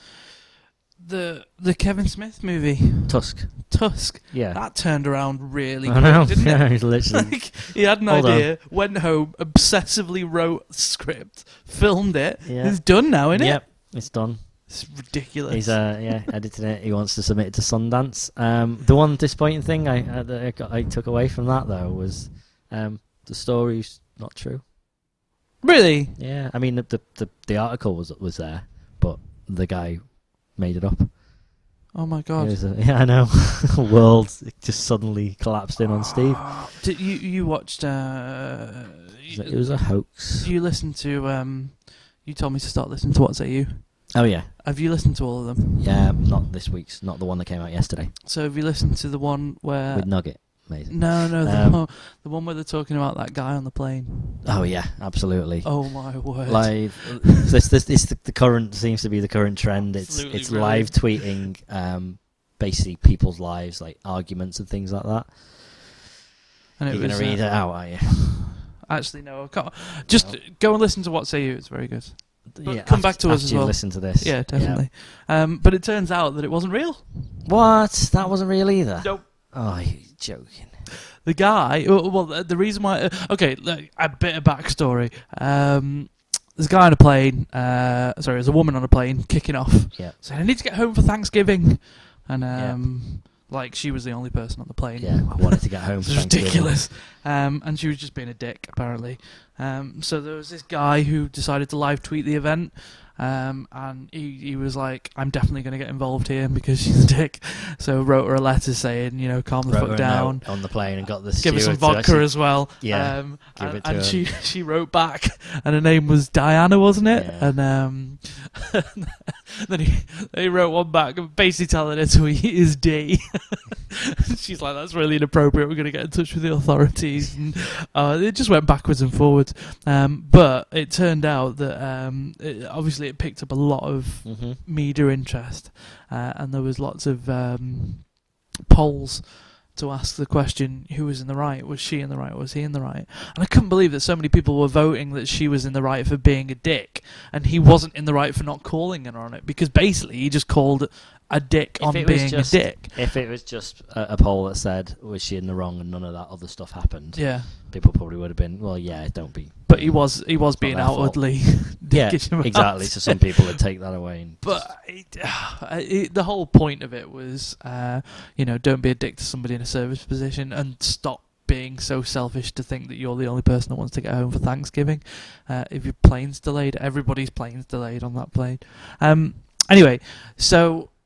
S3: the the Kevin Smith movie
S1: Tusk.
S3: Tusk
S1: Yeah.
S3: that turned around really
S1: I know.
S3: quick, didn't it?
S1: yeah, (laughs) it was literally.
S3: (laughs) Like he had an
S1: Hold on.
S3: idea, went home, obsessively wrote a script, filmed it.
S1: Yeah.
S3: It's done now, isn't it?
S1: yep, it's done.
S3: It's ridiculous.
S1: He's uh, yeah, editing it. He wants to submit it to Sundance. Um, the one disappointing thing I uh, that I, got, I took away from that though was um, the story's not true.
S3: really?
S1: Yeah, I mean the the, the, the article was was there, but the guy made it up.
S3: Oh my
S1: It
S3: god.
S1: was a- (laughs) yeah, I know. World just suddenly collapsed in on Steve.
S3: (gasps) Did you you watched? Uh,
S1: It was a- It was a hoax.
S3: you listened to? Um, you told me to start listening to What's That You.
S1: Oh yeah,
S3: Have you listened to all of them?
S1: yeah. Not this week's, not the one that came out yesterday
S3: So have you listened to the one where?
S1: with Nugget. Amazing.
S3: (laughs) no, no, the,
S1: Um,
S3: one, the one where they're talking about that guy on the plane.
S1: Oh yeah, absolutely.
S3: Oh my word!
S1: live.
S3: (laughs)
S1: this this this the, the current seems to be the current trend. It's
S3: Absolutely
S1: it's live tweeting, um, basically people's lives, like arguments and things like that.
S3: and
S1: You're gonna
S3: was,
S1: read
S3: uh,
S1: it out, are you?
S3: Actually, no, I can't. Just
S1: No.
S3: go and listen to What Say You. It's very good. But come
S1: af-
S3: back to us
S1: after
S3: as
S1: you
S3: well.
S1: Listen to this.
S3: Yeah, definitely. Um, but it turns out that it wasn't real.
S1: What? That wasn't real either.
S3: Nope.
S1: Oh, you're joking.
S3: the guy. Well, well, the the reason why. uh, Okay, look, a bit of backstory. Um, there's a guy on a plane. Uh, sorry, there's a woman on a plane kicking off.
S1: Yeah.
S3: Saying, I need to get home for Thanksgiving, and um, like she was the only person on the plane.
S1: Yeah, I
S3: (laughs)
S1: wanted to get home.
S3: It
S1: for
S3: was
S1: Thanksgiving.
S3: ridiculous. Um, and she was just being a dick, apparently. Um, so there was this guy who decided to live tweet the event. Um, and he, he was like, I'm definitely going to get involved here because she's a dick. (laughs) So wrote her a letter saying, you know, calm the
S1: Wrote her
S3: fuck
S1: a
S3: down.
S1: note on the plane and got the
S3: Give her
S1: steward
S3: some
S1: to
S3: vodka
S1: actually-
S3: as well.
S1: Yeah,
S3: Um,
S1: give
S3: and
S1: it to
S3: and
S1: her.
S3: she (laughs) she wrote back, and her name was Diana, wasn't it?
S1: Yeah.
S3: And um, (laughs) then he they wrote one back, basically telling her to (laughs) eat his D. She's like, "That's really inappropriate. We're going to get in touch with the authorities." And uh, it just went backwards and forwards. Um, but it turned out that um, it, obviously it picked up a lot of
S1: Mhm.
S3: media interest, uh, and there was lots of um, polls to ask the question: Who was in the right? Was she in the right? Was he in the right? And I couldn't believe that so many people were voting that she was in the right for being a dick, and he wasn't in the right for not calling her on it because basically he just called a dick
S1: If
S3: on
S1: it was
S3: being
S1: just-
S3: a dick.
S1: If it was just a, a poll that said was she in the wrong and none of that other stuff happened,
S3: Yeah,
S1: people probably would have been, well, yeah, don't be.
S3: but he was he was
S1: not
S3: being
S1: their fault.
S3: outwardly (laughs)
S1: Yeah,
S3: dickish about
S1: exactly.
S3: it.
S1: So some people would take that away. And
S3: (laughs) But it, (sighs) it, the whole point of it was, uh, you know, don't be a dick to somebody in a service position and stop being so selfish to think that you're the only person that wants to get home for Thanksgiving. Uh, if your plane's delayed, everybody's plane's delayed on that plane. Um, anyway, so (sighs)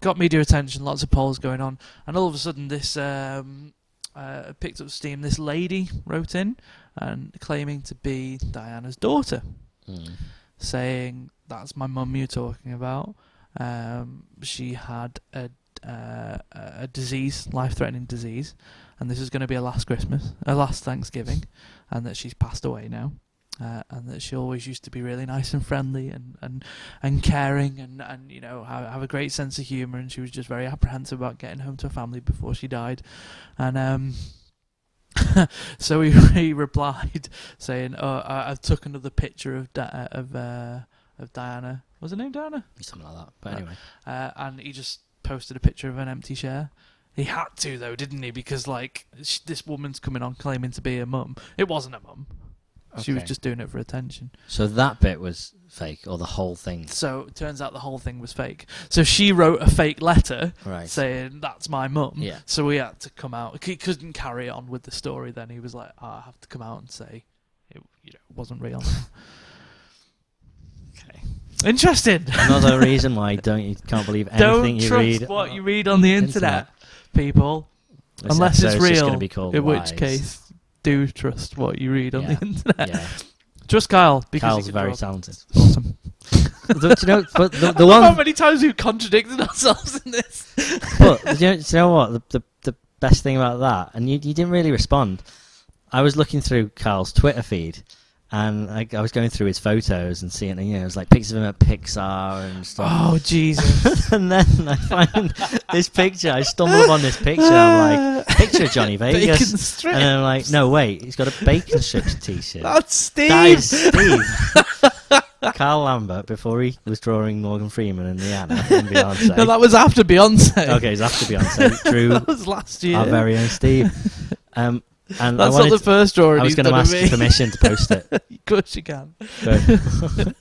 S3: got media attention, lots of polls going on, and all of a sudden this um, uh, picked up steam. This lady wrote in and claiming to be Diana's daughter
S1: Mm.
S3: saying, "That's my mum you're talking about. Um, she had a uh, a disease, life-threatening disease, and this is going to be her last Christmas, her last Thanksgiving, and that she's passed away now." Uh, and that she always used to be really nice and friendly and, and, and caring and, and you know have, have a great sense of humor and she was just very apprehensive about getting home to her family before she died, and um, (laughs) so (laughs) he, he replied saying, "Oh, I, I took another picture of Di- of uh, of Diana. Was her name Diana?"
S1: something like that. But anyway,
S3: Uh, and he just posted a picture of an empty chair. He had to though, didn't he? Because like sh- this woman's coming on claiming to be a mum. It wasn't a mum. She was
S1: Okay.
S3: just doing it for attention.
S1: so that bit was fake, or the whole thing,
S3: So it turns out the whole thing was fake. So she wrote a fake letter
S1: right?
S3: saying that's my mum.
S1: Yeah.
S3: So he had to come out. He couldn't carry on with the story. Then he was like, "Oh, I have to come out and say, it, you know,
S1: (laughs)
S3: wasn't real.
S1: okay.
S3: Interesting. (laughs)
S1: Another reason why don't you can't believe anything
S3: Don't
S1: you
S3: trust
S1: read.
S3: what you read on the internet,
S1: internet.
S3: people.
S1: This
S3: unless it's
S1: episode's just
S3: real,
S1: gonna be called
S3: in
S1: Lies.
S3: which case, do trust what you read on
S1: Yeah.
S3: the internet.
S1: yeah,
S3: Trust Kyle (laughs) because
S1: Kyle's
S3: he can
S1: very
S3: draw.
S1: talented.
S3: Awesome.
S1: do you know, (laughs) but the,
S3: (laughs)
S1: the
S3: I love
S1: one
S3: how many times we've contradicted ourselves in this.
S1: but do you, know, do you know what the, the the best thing about that and you, you didn't really respond i was looking through carl's twitter feed and I, I was going through his photos and seeing you know it was like pictures of him at pixar and stuff (laughs)
S3: Oh Jesus!
S1: and then i find this picture i stumble upon this picture
S3: (laughs)
S1: i'm like picture of johnny
S3: Bacon
S1: vegas
S3: strips.
S1: and i'm like no wait he's got a bacon strips t-shirt
S3: That's Steve.
S1: that is steve
S3: (laughs)
S1: carl lambert before he was drawing morgan freeman and rihanna
S3: (laughs)
S1: and beyonce
S3: no, that was after Beyonce.
S1: okay he's after beyonce drew
S3: (laughs) that was last year.
S1: our very own Steve. Um, and I
S3: That's not
S1: wanted,
S3: the first drawing.
S1: I was
S3: going
S1: going to ask permission to post it,
S3: (laughs) Of course you can. (laughs)
S1: but,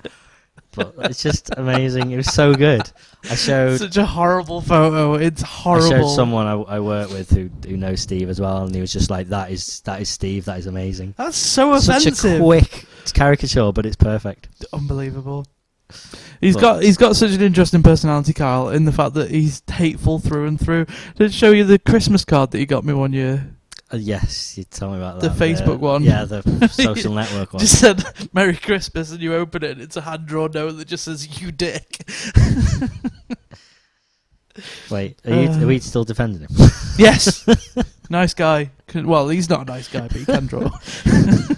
S1: but it's just amazing. It was so good. I showed
S3: Such a horrible photo. It's
S1: I showed
S3: horrible.
S1: someone I, I work with who who knows Steve as well, and he was just like, "That is that is Steve. That is amazing."
S3: That's so offensive.
S1: Such a quick caricature, but it's perfect.
S3: Unbelievable. He's
S1: Look.
S3: got he's got such an interesting personality, Carl, in the fact that he's hateful through and through. Did it show you the Christmas card that you got me one year?
S1: Uh, yes, you tell me about
S3: The
S1: that.
S3: Facebook one.
S1: Yeah,
S3: (laughs)
S1: the social network one.
S3: Just said (laughs) Merry Christmas, and you open it, and it's a hand drawn note that just says
S1: (laughs)
S3: "You dick."
S1: Wait, are, you,
S3: Uh.
S1: are we still defending him?
S3: yes, nice guy. Can- Well, he's not a nice guy, but he can
S1: (laughs)
S3: draw. (laughs)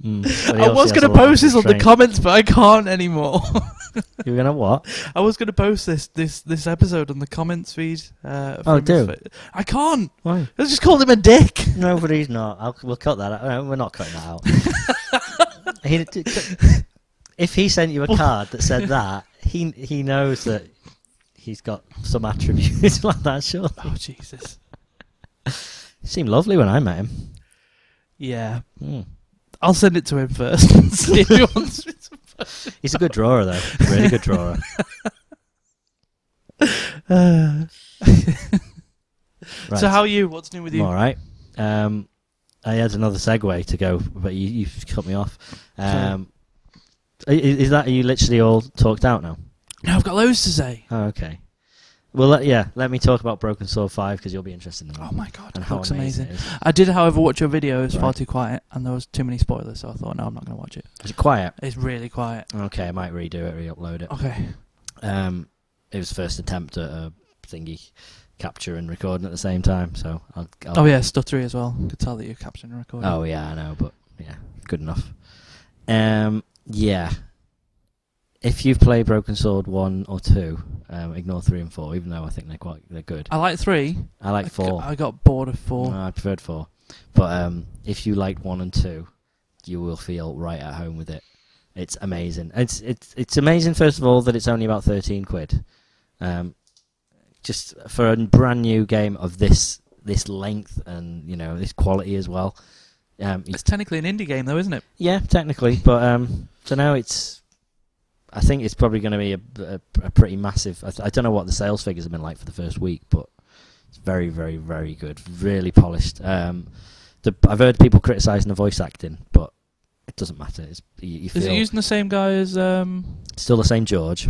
S1: Mm, but he
S3: I was
S1: obviously
S3: going to
S1: has a lot of
S3: post this on the
S1: restraint.
S3: comments, but I can't anymore. (laughs)
S1: You were going to what?
S3: I was going to post this this this episode on the comments feed. Uh,
S1: Oh,
S3: from his
S1: do.
S3: fa- I can't.
S1: Why?
S3: I just called him a dick.
S1: No, but he's not. I'll, we'll cut that out. No, we're not cutting that out.
S3: (laughs)
S1: He- d- d- if he sent you a card that said that, he he knows that he's got some attributes (laughs) like that, sure.
S3: Oh Jesus.
S1: He seemed lovely when I met him.
S3: (laughs) Yeah.
S1: Hmm.
S3: I'll send it to him first and (laughs) see if he wants me to.
S1: He's a good drawer, though. Really good drawer.
S3: Uh,
S1: Right.
S3: (laughs) So, how are you? What's new with
S1: I'm
S3: you?
S1: all right. Um, I had another segue to go, but you, you've cut me off. Um, i- i- is that, are you literally all talked out now?
S3: No, I've got loads to say.
S1: Oh, okay. Well, let, yeah, let me talk about Broken Sword 5 because you'll be interested in that.
S3: Oh my god,
S1: and
S3: it
S1: how
S3: looks amazing.
S1: it is.
S3: I did, however, watch your video. It was far
S1: Right.
S3: too quiet, and there was too many spoilers, so I thought, no, I'm not going to watch it.
S1: Is it quiet?
S3: It's really quiet.
S1: Okay, I might redo it, re-upload it.
S3: Okay.
S1: Um, it was first attempt at a thingy capture and recording at the same time, so I'll. I'll
S3: Oh, yeah, stuttery as well. Could tell that you're captioning and recording.
S1: Oh yeah, I know, but yeah, good enough. Um, yeah. If you've played Broken Sword one or two, um, ignore three and four, even though I think they're quite they're good.
S3: I like three.
S1: I like four.
S3: I got, I got bored of four.
S1: No, I preferred four, but um, if you liked one and two, you will feel right at home with it. It's amazing. It's it's it's amazing. First of all, that it's only about thirteen quid, um, just for a brand new game of this this length and you know this quality as well. Um, you-
S3: It's technically an indie game, though, isn't it?
S1: yeah, technically, but um, so now it's. I think it's probably going to be a, a, a pretty massive. I, th- I don't know what the sales figures have been like for the first week, but it's very, very, very good. Really polished. Um, the, I've heard people criticising the voice acting, but it doesn't matter. It's, you, you
S3: Is
S1: feel
S3: it using the same guy as. um
S1: still the same George.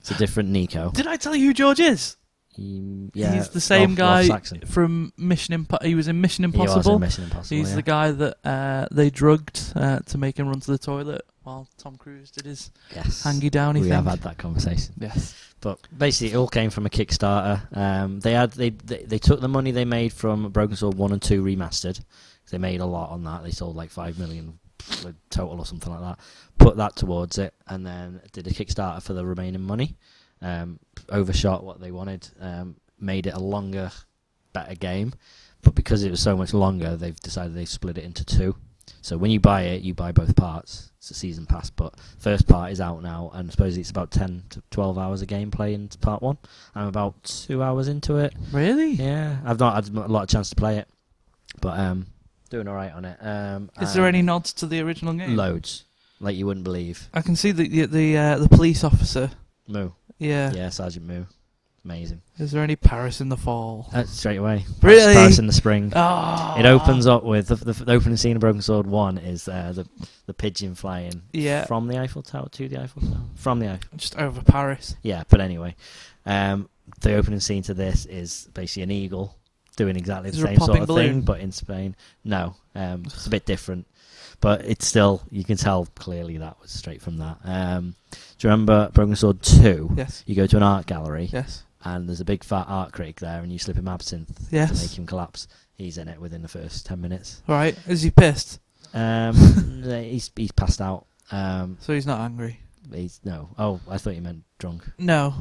S1: It's a different Nico.
S3: Did I tell you who George is?
S1: He- yeah,
S3: He's the same
S1: Ralph-
S3: guy
S1: Ralph Saxon.
S3: from Mission Impossible. He was in Mission
S1: He was in
S3: Impossible.
S1: Mission Impossible.
S3: He's
S1: yeah.
S3: the guy that uh, they drugged uh, to make him run to the toilet while Tom Cruise did his
S1: Yes.
S3: hangy downy
S1: we
S3: thing.
S1: have had that conversation.
S3: (laughs) Yes.
S1: But basically, it all came from a Kickstarter. Um, they had they, they they took the money they made from Broken Sword One and Two remastered. They made a lot on that. They sold like five million like, total or something like that. Put that towards it, and then did a Kickstarter for the remaining money. Um, overshot what they wanted. Um, made it a longer, better game. But because it was so much longer, they've decided they split it into two. So when you buy it, you buy both parts. It's a season pass, but first part is out now, and I suppose it's about ten to twelve hours of gameplay in part one. I'm about two hours into it.
S3: Really?
S1: Yeah, I've not had a lot of chance to play it, but um, doing all right on it. Um,
S3: Is there
S1: and
S3: any nods to the original game?
S1: loads like you wouldn't believe?
S3: I can see the the the, uh, the police officer.
S1: Moo,
S3: Yeah.
S1: yeah, Sergeant Moo, amazing.
S3: Is there any Paris in the fall?
S1: Uh, straight away,
S3: Really?
S1: Paris in the spring.
S3: Ah.
S1: It opens up with the, the, the opening scene of Broken Sword One is uh, the the pigeon flying
S3: Yeah.
S1: from the Eiffel Tower to the Eiffel Tower from the Eiffel.
S3: Just over Paris.
S1: Yeah, but anyway, um, the opening scene to this is basically an eagle doing exactly
S3: Is
S1: the
S3: there a
S1: same sort
S3: popping
S1: of
S3: balloon? (sighs)
S1: thing, but in Spain. No, um, it's a bit different. But it's still, you can tell clearly that was straight from that. Um, do you remember Broken Sword 2?
S3: Yes.
S1: You go to an art gallery,
S3: Yes.
S1: and there's a big fat art critic there, and you slip him absinthe to
S3: Yes.
S1: make him collapse. He's in it within the first 10 minutes.
S3: All right. Is he pissed? (laughs)
S1: Um, he's, he's passed out. Um,
S3: So he's not angry.
S1: he's, no. Oh, I thought you meant drunk.
S3: No.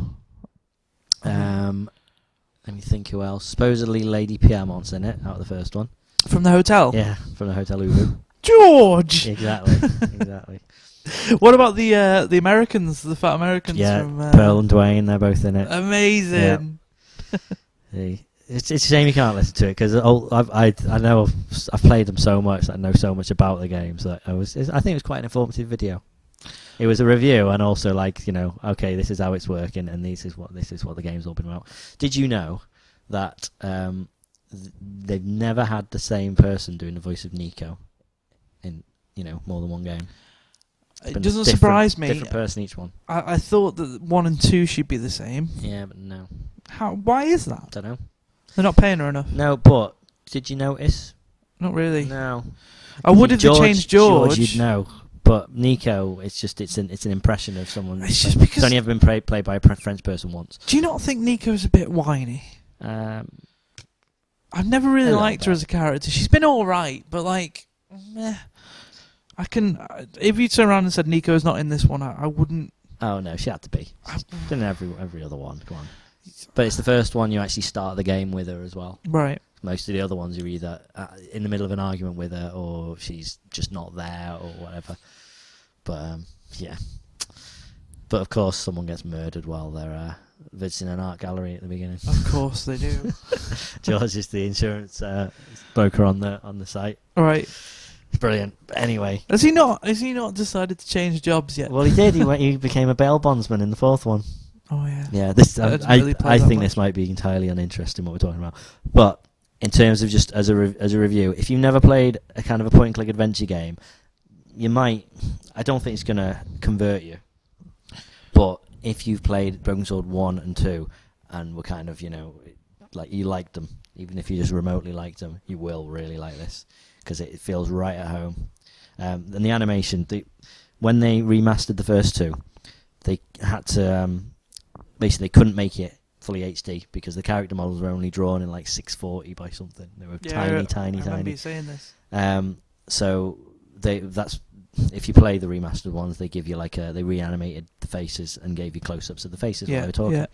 S1: Um, let me think who else. Supposedly Lady Piermont's in it, out of the first one.
S3: From the hotel.
S1: Yeah, from the Hotel Ubu.
S3: George.
S1: Oh. (laughs) exactly, exactly.
S3: What about the uh, the Americans? The fat Americans.
S1: Yeah,
S3: From, uh,
S1: Pearl and Dwayne, they're both in it.
S3: Amazing.
S1: Yeah. The- It's, it's a shame you can't listen to it because I I know I've, s- I've played them so much that I know so much about the games that I was it's- I think it was quite an informative video. It was a review and also like you know okay this is how it's working and this is what this is what the game's all been about. Did you know that um, th- they've never had the same person doing the voice of Nico in you know more than one game?
S3: It
S1: Been a
S3: doesn't
S1: different-
S3: surprise me.
S1: Different person each one.
S3: I, I thought that one and two should be the same.
S1: Yeah, but no,
S3: How? Why is that?
S1: don't know.
S3: They're not paying her enough.
S1: No, but did you notice?
S3: Not really.
S1: No,
S3: I would if Oh, they changed George.
S1: You'd know, but Nico, it's just it's an it's an impression of someone.
S3: It's just because-
S1: only ever been play, played by a pre- French person once.
S3: Do you not think Nico's a bit whiny?
S1: Um,
S3: I've never
S1: A
S3: really
S1: little
S3: liked her
S1: bit.
S3: as a character. She's been all right, but like, meh. I can. I- If you turn around and said Nico's not in this one, I, I wouldn't.
S1: oh no, she had to be.
S3: I-
S1: She's been in every every other one. Come on, but it's the first one you actually start the game with her as well.
S3: right.
S1: Most of the other ones are either uh, in the middle of an argument with her, or she's just not there, or whatever. But um, yeah, but of course, someone gets murdered while they're uh, visiting an art gallery at the beginning.
S3: Of course
S1: (laughs)
S3: they do.
S1: George is the insurance uh, broker on the on the site.
S3: all right.
S1: It's brilliant. But anyway,
S3: Has he not? Has he not decided to change jobs yet?
S1: well, he did. He went, he became a bail bondsman in the fourth one.
S3: Oh yeah.
S1: Yeah, this
S3: I
S1: I,
S3: didn't
S1: I,
S3: really play
S1: I
S3: that
S1: think
S3: much.
S1: this might be entirely uninteresting what we're talking about. But in terms of just as a re- as a review, if you've never played a kind of a point and click adventure game, you might. I don't think it's going to convert you. But if you've played Broken Sword one and two, and were kind of you know like you liked them, even if you just remotely liked them, you will really like this because it feels right at home. Um, and the animation, the, when they remastered the first two, they had to um, basically they couldn't make it fully HD because the character models were only drawn in like 640 by something. They were
S3: Yeah,
S1: tiny,
S3: I
S1: tiny,
S3: I remember you
S1: tiny.
S3: saying this.
S1: Um, so they that's if you play the remastered ones, they give you like a, they reanimated the faces and gave you close-ups of the faces while
S3: Yeah.
S1: they were talking.
S3: Yeah.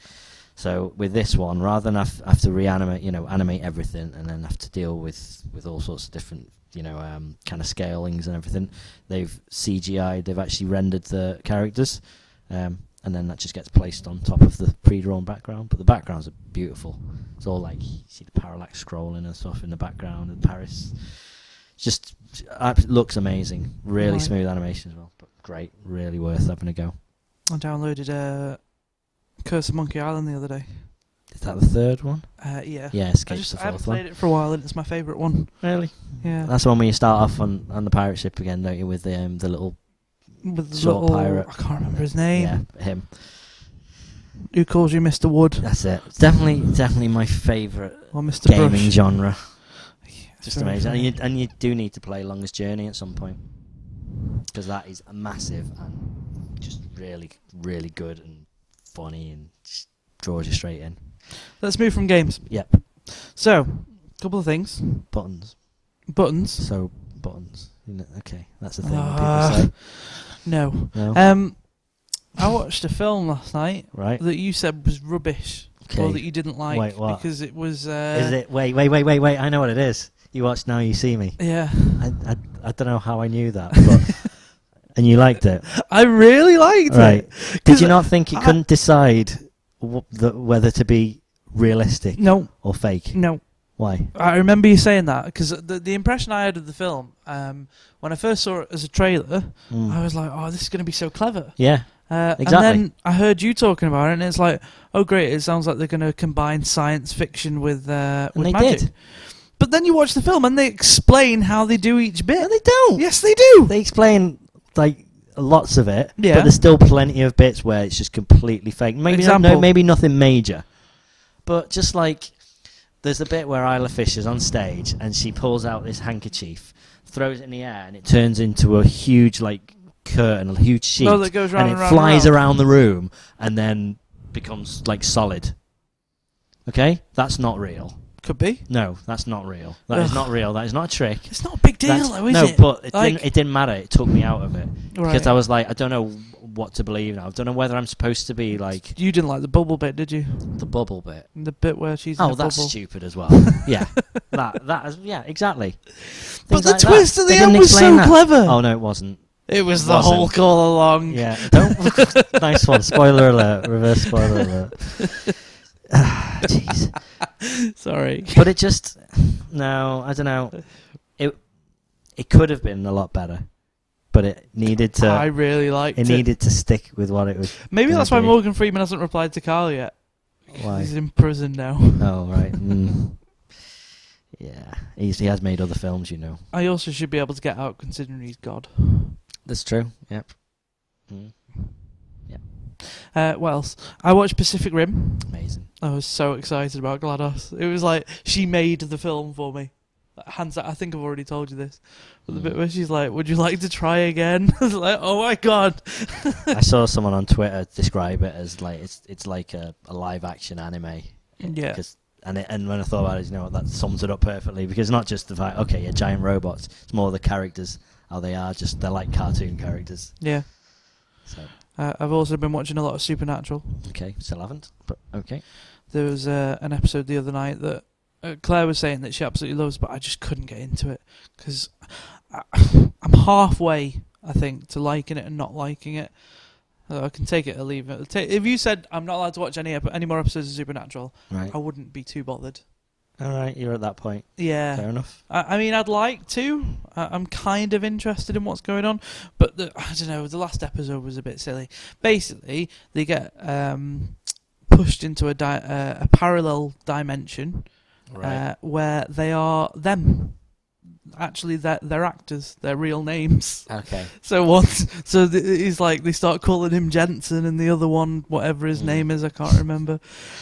S1: So with this one, rather than have, have to reanimate, you know, animate everything, and then have to deal with with all sorts of different, you know, um, kind of scalings and everything, they've CGI. They've actually rendered the characters, um, and then that just gets placed on top of the pre-drawn background. But the backgrounds are beautiful. It's all like you see the parallax scrolling and stuff in the background and Paris. It's Just abs- looks amazing. Really
S3: Right.
S1: smooth animation as well. But great, really worth having a go.
S3: I downloaded uh, Curse of Monkey Island the other day.
S1: Is that the third one?
S3: Uh, yeah.
S1: Yeah,
S3: I
S1: Escape's
S3: just
S1: the
S3: I haven't
S1: fourth one. Mm. Uh,
S3: played it for a while, and it's my favourite one.
S1: Really?
S3: Yeah.
S1: That's the one where you start off on, on the pirate ship again, don't you? With the um, the little
S3: With the
S1: Short
S3: little,
S1: pirate.
S3: I can't remember his name.
S1: yeah him.
S3: Who calls you Mr. Wood
S1: That's it. It's definitely definitely my favourite
S3: or Mr.
S1: gaming
S3: Brush?
S1: genre.
S3: Yeah, it's
S1: Just
S3: very
S1: amazing. And
S3: funny.
S1: you, and you do need to play Longest Journey at some point because that is massive and just really really good and funny and just draws you straight in.
S3: Let's move from games.
S1: Yep,
S3: So, couple of things.
S1: buttons.
S3: Buttons.
S1: So buttons. You know, okay, that's the thing.
S3: Ah.
S1: that people
S3: No.
S1: say. No?
S3: Um, I watched a film last night
S1: right.
S3: that you said was rubbish, or that
S1: Okay.
S3: you didn't like
S1: Wait, what?
S3: because it was. Uh,
S1: Is it? Wait, wait, wait, wait, wait. I know what it is. You watch now, you see me.
S3: Yeah. (laughs)
S1: I, I, I don't know how I knew that, but and you liked it,
S3: I really liked
S1: right?
S3: it.
S1: Did you not think you
S3: I-
S1: couldn't decide w- the, whether to be realistic
S3: No,
S1: or fake?
S3: no.
S1: Why?
S3: Mm. I remember you saying that because the the impression I had of the film um, when I first saw it as a trailer,
S1: Mm.
S3: I was like, "Oh, this is going to be so clever."
S1: yeah,
S3: Uh,
S1: Exactly.
S3: And then I heard you talking about it, and it's like, oh great, it sounds like they're going to combine science fiction with uh,
S1: And
S3: with
S1: they
S3: magic.
S1: did.
S3: But then you watch the film, and they explain how they do each bit.
S1: and they don't.
S3: yes, they do.
S1: They explain like lots of it,
S3: Yeah.
S1: but there's still plenty of bits where it's just completely fake. Maybe not, no,
S3: Example.
S1: maybe nothing major, but just like there's a bit where Isla Fisher's on stage and she pulls out this handkerchief throws it in the air, and it turns into a huge like curtain, a huge sheet,
S3: No, Oh, that goes round
S1: and it
S3: and, round
S1: flies
S3: and round.
S1: around the room and then becomes like solid. Okay, that's not real.
S3: Could be.
S1: No, that's not real. That is
S3: Ugh.
S1: not real. That is not a trick.
S3: It's not a big deal,
S1: That's-
S3: though, is
S1: no,
S3: it?
S1: but it,
S3: Like-
S1: didn't, it didn't matter. It took me out of it because
S3: Right.
S1: I was like, I don't know what to believe now. I don't know whether I'm supposed to be like
S3: you didn't like the bubble bit, did you?
S1: the bubble bit.
S3: The bit where she's in
S1: Oh,
S3: a
S1: that's
S3: bubble.
S1: stupid as well. (laughs) Yeah, that that is, yeah, exactly.
S3: But
S1: Things
S3: the
S1: like that.
S3: twist
S1: They
S3: at the
S1: didn't
S3: end was
S1: explain
S3: so
S1: that.
S3: clever.
S1: Oh no, it wasn't.
S3: it was the
S1: wasn't.
S3: Hulk all along.
S1: Yeah, (laughs) don't. nice one. Spoiler alert. Reverse spoiler (laughs) alert. Ah, Jeez,
S3: Sorry.
S1: but it just no. I don't know. It it could have been a lot better, but it needed to.
S3: I really liked
S1: it
S3: it.
S1: needed to stick with what it was.
S3: Maybe
S1: Gonna
S3: that's why
S1: be.
S3: Morgan Freeman hasn't replied to Carl yet.
S1: (laughs) Why?
S3: He's in prison now.
S1: Oh right. Mm. Yeah, he's, he has made other films, you know.
S3: (laughs) I also should be able to get out considering he's God.
S1: That's true. Yep. Mm.
S3: Uh, what else? I watched Pacific Rim.
S1: Amazing.
S3: I was so excited about GLaDOS. It was like she made the film for me. Like, Hands out, I think I've already told you this. But the
S1: Mm.
S3: bit where she's like, Would you like to try again? (laughs) I was like, Oh my god.
S1: I saw someone on Twitter describe it as like it's it's like a, a live action anime.
S3: Yeah.
S1: 'Cause- and it, and when I thought about it, you know what, that sums it up perfectly because not just the fact okay, yeah, giant robots. It's more the characters how they are. Just they're like cartoon characters.
S3: Yeah.
S1: So
S3: Uh, I've also been watching a lot of Supernatural.
S1: okay, still haven't, but okay.
S3: There was uh, an episode the other night that uh, Claire was saying that she absolutely loves, but I just couldn't get into it because (sighs) I'm halfway, I think, to liking it and not liking it. Uh, I can take it or leave it. Ta- If you said I'm not allowed to watch any ep- any more episodes of Supernatural,
S1: Right.
S3: I wouldn't be too bothered.
S1: All right. You're at that point. Fair
S3: Oh. Yeah,
S1: enough.
S3: I, I mean, I'd like to. I, I'm kind of interested in what's going on, but the, I don't know. The last episode was a bit silly. Basically, they get um, pushed into a di- uh, a parallel dimension uh, where they are them. Actually, they're, they're actors. They're real names. (laughs)
S1: okay.
S3: So once, so th- he's like they start calling him Jensen, and the other one, whatever his
S1: Mm.
S3: name is, I can't remember.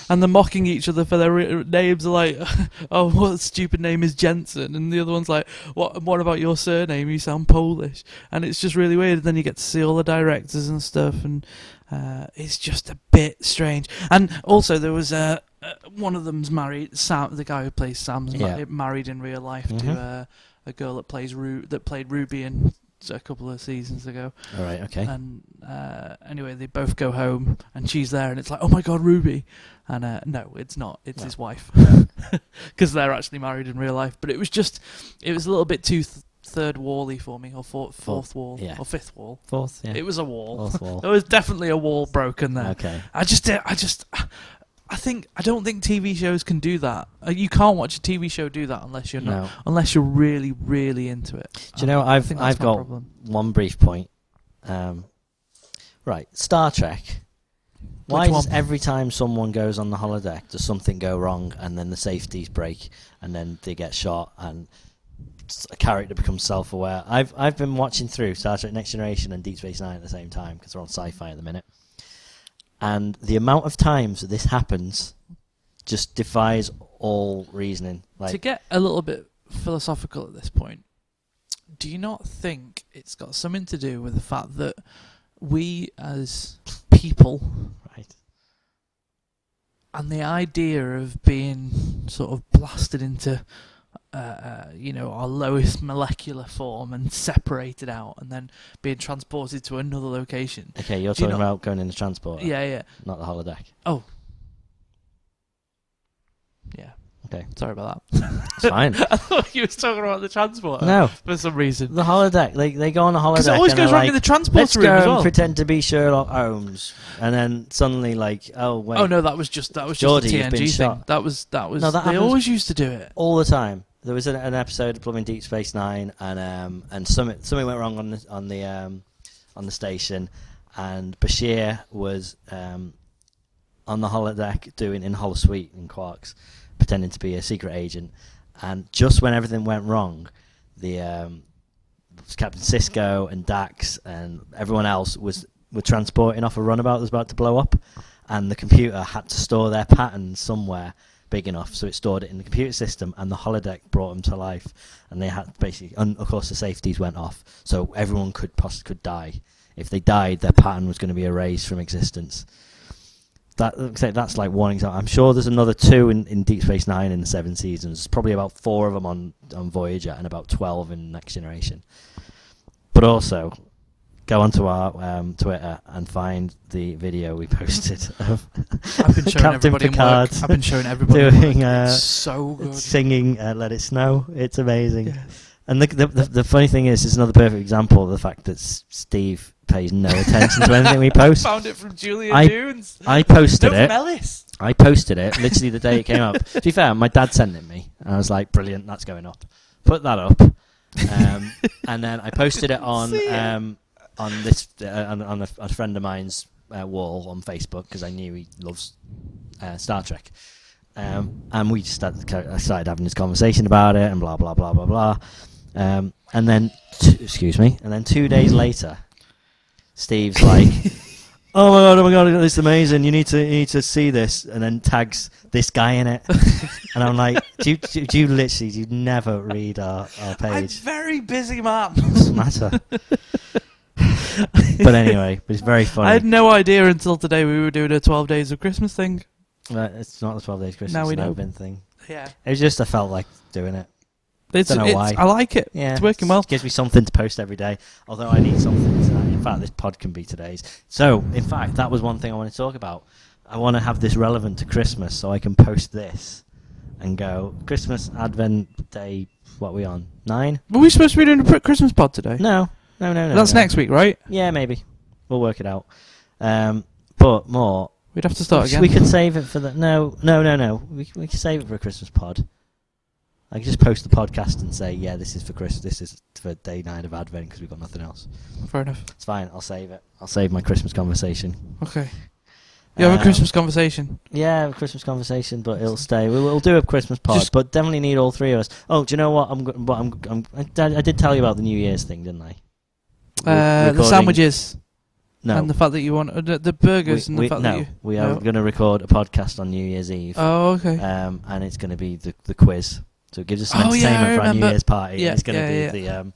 S3: And they're mocking each other for their re- names. Are like, (laughs) oh, what stupid name is Jensen? And the other one's like, what? What about your surname? You sound Polish. And it's just really weird. Then you get to see all the directors and stuff, and uh, it's just a bit strange. And also there was a. Uh, one of them's married. Sam, the guy who plays Sam's ma-
S1: Yeah.
S3: married in real life
S1: Mhm.
S3: to uh, a girl that plays Ru- that played Ruby in a couple of seasons ago.
S1: All right. Okay.
S3: And uh, anyway, they both go home, and she's there, and it's like, oh my god, Ruby. And uh, no, it's not. It's
S1: No.
S3: his wife, (laughs) because they're actually married in real life. But it was just, it was a little bit too th- third wally for me, or fourth, fourth wall,
S1: yeah.
S3: or fifth wall.
S1: Fourth. Yeah.
S3: It was a wall.
S1: Fourth wall.
S3: (laughs) there was definitely a wall broken there.
S1: Okay.
S3: I just, don't- I just, I think I don't think TV shows can do that. Uh, You can't watch a TV show do that unless you're not,
S1: No.
S3: unless you're really, really into it.
S1: Do you know,
S3: I
S1: I've-
S3: think that's
S1: I've
S3: my
S1: got-
S3: problem.
S1: one brief point. Um, right, Star Trek. Why
S3: Which
S1: does
S3: one?
S1: every time someone goes on the holodeck, does something go wrong, and then the safeties break, and then they get shot, and s- a character becomes self-aware? I've I've been watching through Star Trek: Next Generation and Deep Space Nine at the same time because we're on Sci-Fi at the minute, and the amount of times that this happens just defies all reasoning.
S3: to
S1: Like,
S3: get a little bit philosophical at this point, do you not think it's got something to do with the fact that we as people
S1: right,
S3: and the idea of being sort of blasted into, uh, uh, you know, our lowest molecular form and separated out and then being transported to another location?
S1: okay, you're
S3: Do you
S1: talking
S3: not-
S1: about going in the transporter,
S3: Yeah, yeah,
S1: not the
S3: (laughs)
S1: holodeck.
S3: yeah.
S1: Okay.
S3: Sorry about
S1: It's fine.
S3: that. I thought you was talking about the transporter
S1: no.
S3: for some reason.
S1: The holodeck. They they go on a holodeck.
S3: Because it always
S1: and
S3: goes
S1: they're
S3: wrong
S1: like,
S3: in the transporter
S1: Let's
S3: room
S1: go
S3: as
S1: and
S3: well.
S1: pretend to be Sherlock Holmes, and then suddenly like, oh wait,
S3: Oh no, that was just that was
S1: Geordie,
S3: just a
S1: you've
S3: TNG
S1: been
S3: thing.
S1: shot.
S3: That was that was.
S1: No, that
S3: they
S1: happens-
S3: always used to do it.
S1: all the time. There was an, an episode of Plumbing Deep Space Nine, and um, and something something went wrong on the on the um, on the station, and Bashir was um, on the holodeck doing in holosuite in Quarks, pretending to be a secret agent, and just when everything went wrong, the um, Captain Cisco and Dax and everyone else was were transporting off a runabout that was about to blow up, and the computer had to store their patterns somewhere big enough, so it stored it in the computer system, and the holodeck brought them to life. And they had basically, and of course, the safeties went off, so everyone could poss- could die. If they died, their pattern was going to be erased from existence. That like I say, that's like one example. I'm sure there's another two in, in Deep Space Nine in the seven seasons. Probably about four of them on on Voyager, and about twelve in Next Generation. But also, go onto our um, Twitter and find the video we (laughs) posted of (laughs)
S3: I've been showing
S1: Captain
S3: everybody in
S1: Picard
S3: work. I've been showing everybody in
S1: doing
S3: work.
S1: uh,
S3: It's so good.
S1: singing uh, "Let It Snow." It's amazing.
S3: Yes.
S1: And the, the the the funny thing is, it's another perfect example of the fact that S- Steve pays
S3: (laughs)
S1: no attention to anything we post.
S3: Found it from Julia
S1: I
S3: Dunes.
S1: I posted
S3: no,
S1: it.
S3: from Ellis.
S1: I posted it literally the day it came up. To be fair, my dad sent it me, and I was like, "Brilliant, that's going up." Put that up,
S3: (laughs)
S1: um, and then I posted it on
S3: See it.
S1: um, on this uh, on, on a, a friend of mine's uh, wall on Facebook because I knew he loves uh, Star Trek, um, and we just started, co- started having this conversation about it and blah blah blah blah blah, um, and then t- excuse me, and then two days later, Steve's like. Oh my god! Oh my god! This is amazing. You need to you need to see this, and then tags this guy in it, and I'm like, do you, do, you- do you literally do you never read our, our
S3: I'm (laughs)
S1: page?
S3: very busy, man.
S1: What's the matter? but anyway, it's very funny.
S3: I had no idea until today we were doing a 12 days of Christmas thing.
S1: Uh, it's not the twelve days Christmas.
S3: Now we
S1: it's an
S3: know.
S1: open thing.
S3: Yeah.
S1: It was just I felt like doing it.
S3: It's,
S1: Dunno
S3: it's,
S1: why.
S3: I like it.
S1: Yeah,
S3: It's working well.
S1: Gives me something to post every day. Although I need something tonight. In fact, this pod can be today's. So, in fact, that was one thing I want to talk about. I want to have this relevant to Christmas, so I can post this and go Christmas Advent Day. What are we on nine?
S3: Were we supposed to be doing a pr- Christmas pod today?
S1: No, no, no, no.
S3: That's
S1: no.
S3: next week, right?
S1: Yeah, maybe we'll work it out. Um, but more,
S3: We'd have to start again.
S1: we could save it for the no, no, no, no. We c- we could save it for a Christmas pod. I could just post the podcast and say, yeah, this is for Christmas. This is for day nine of Advent because we've got nothing else.
S3: Fair enough.
S1: It's fine. I'll save it. I'll save my Christmas conversation.
S3: Okay. You have
S1: Um,
S3: a Christmas conversation.
S1: Yeah, a Christmas conversation, but it'll stay. We will do a Christmas pod,
S3: Just-
S1: but definitely need all three of us. Oh, do you know what? I'm. go- What I'm. I'm I, did, I did tell you about the New Year's thing, didn't I? We're
S3: Uh, the
S1: recording-
S3: sandwiches
S1: No.
S3: and the fact that you want uh, the, the burgers
S1: we,
S3: and the
S1: we-
S3: fact
S1: no,
S3: that you.
S1: we are
S3: no.
S1: going to record a podcast on New Year's Eve,
S3: Oh, okay.
S1: um, and it's going to be the, the quiz. So it gives us some
S3: Oh, yeah, I
S1: entertainment for our New
S3: remember.
S1: Year's party. and
S3: Yeah,
S1: it's going to
S3: yeah,
S1: be the um,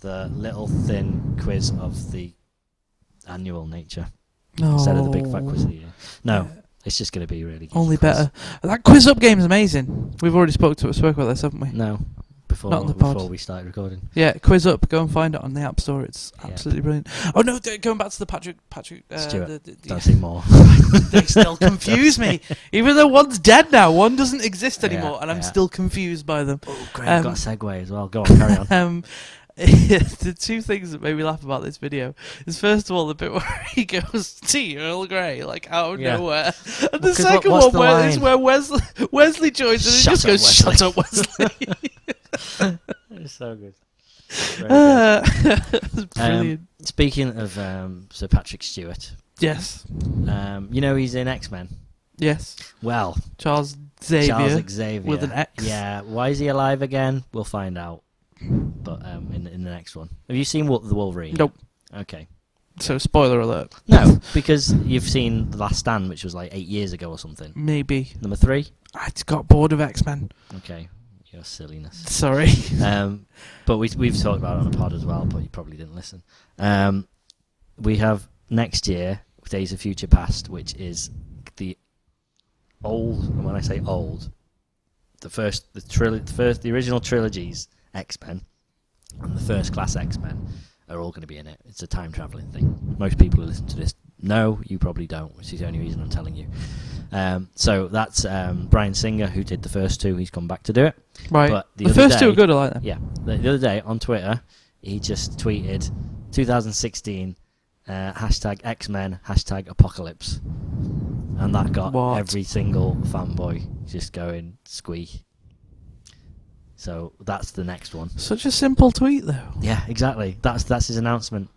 S1: the little thin quiz of the annual nature Uh, instead of the big fat
S3: No.
S1: quiz of the year. No, it's just going to be really good
S3: Oh. Only
S1: quiz.
S3: better. That quiz up game is amazing. We've already spoke to spoke about this, haven't we?
S1: No, before
S3: Not on the pod.
S1: before we started recording.
S3: Yeah, quiz up. Go and find it on the app store. It's
S1: Yeah.
S3: absolutely brilliant. Oh no, d- going back to the Patrick Patrick. Uh,
S1: Stuart,
S3: the, the, the-
S1: Don't say more.
S3: (laughs) they
S1: (laughs)
S3: still confuse me. Even though one's dead now, one doesn't exist anymore,
S1: Yeah,
S3: and I'm
S1: yeah.
S3: still confused by them.
S1: Oh, great!
S3: Um,
S1: got a segue as well. Go on,
S3: (laughs)
S1: carry on.
S3: Um, the two things that made me laugh about this video is first of all the bit (laughs) where he goes tea Earl Grey like out of
S1: Yeah.
S3: nowhere, and the
S1: Because what-
S3: second
S1: what's
S3: one
S1: the
S3: where, is
S1: line?
S3: where Wesley (laughs) Wesley joins and he
S1: Shut
S3: just
S1: up,
S3: goes
S1: Wesley.
S3: shut up Wesley.
S1: it's so good.
S3: uh, (laughs) brilliant.
S1: Speaking of um, Sir Patrick Stewart,
S3: yes,
S1: um, you know he's in X Men.
S3: yes.
S1: Well,
S3: Charles Xavier.
S1: Charles Xavier
S3: with an X.
S1: Yeah, why is he alive again? We'll find out. But um, in in the next one, have you seen what the Wolverine?
S3: Nope.
S1: Okay.
S3: So spoiler alert.
S1: No, because you've seen The Last Stand, which was like eight years ago or something.
S3: Mm. Maybe
S1: Number three.
S3: I just got bored of X Men.
S1: Okay, your silliness.
S3: Sorry. (laughs)
S1: (laughs) um, but we, we've talked about it on a pod as well, but you probably didn't listen. Um, we have next year Days of Future Past, which is the old, and when I say old, the first, the trilo- the first, the original trilogies X Men and the first class X Men are all going to be in it. It's a time traveling thing. Most people who listen to this know. You probably don't, which is the only reason I'm telling you. Um, so that's um, Brian Singer who did the first two. He's come back to do it.
S3: Right.
S1: But the
S3: the
S1: other
S3: first two
S1: day-
S3: are good. I like them.
S1: Yeah. The, the other day on Twitter, he just tweeted 2016 uh, hashtag X Men hashtag Apocalypse, and that got
S3: What?
S1: every single fanboy just going squeak. So that's the next one.
S3: Such a simple tweet though.
S1: Yeah, exactly. That's that's his announcement.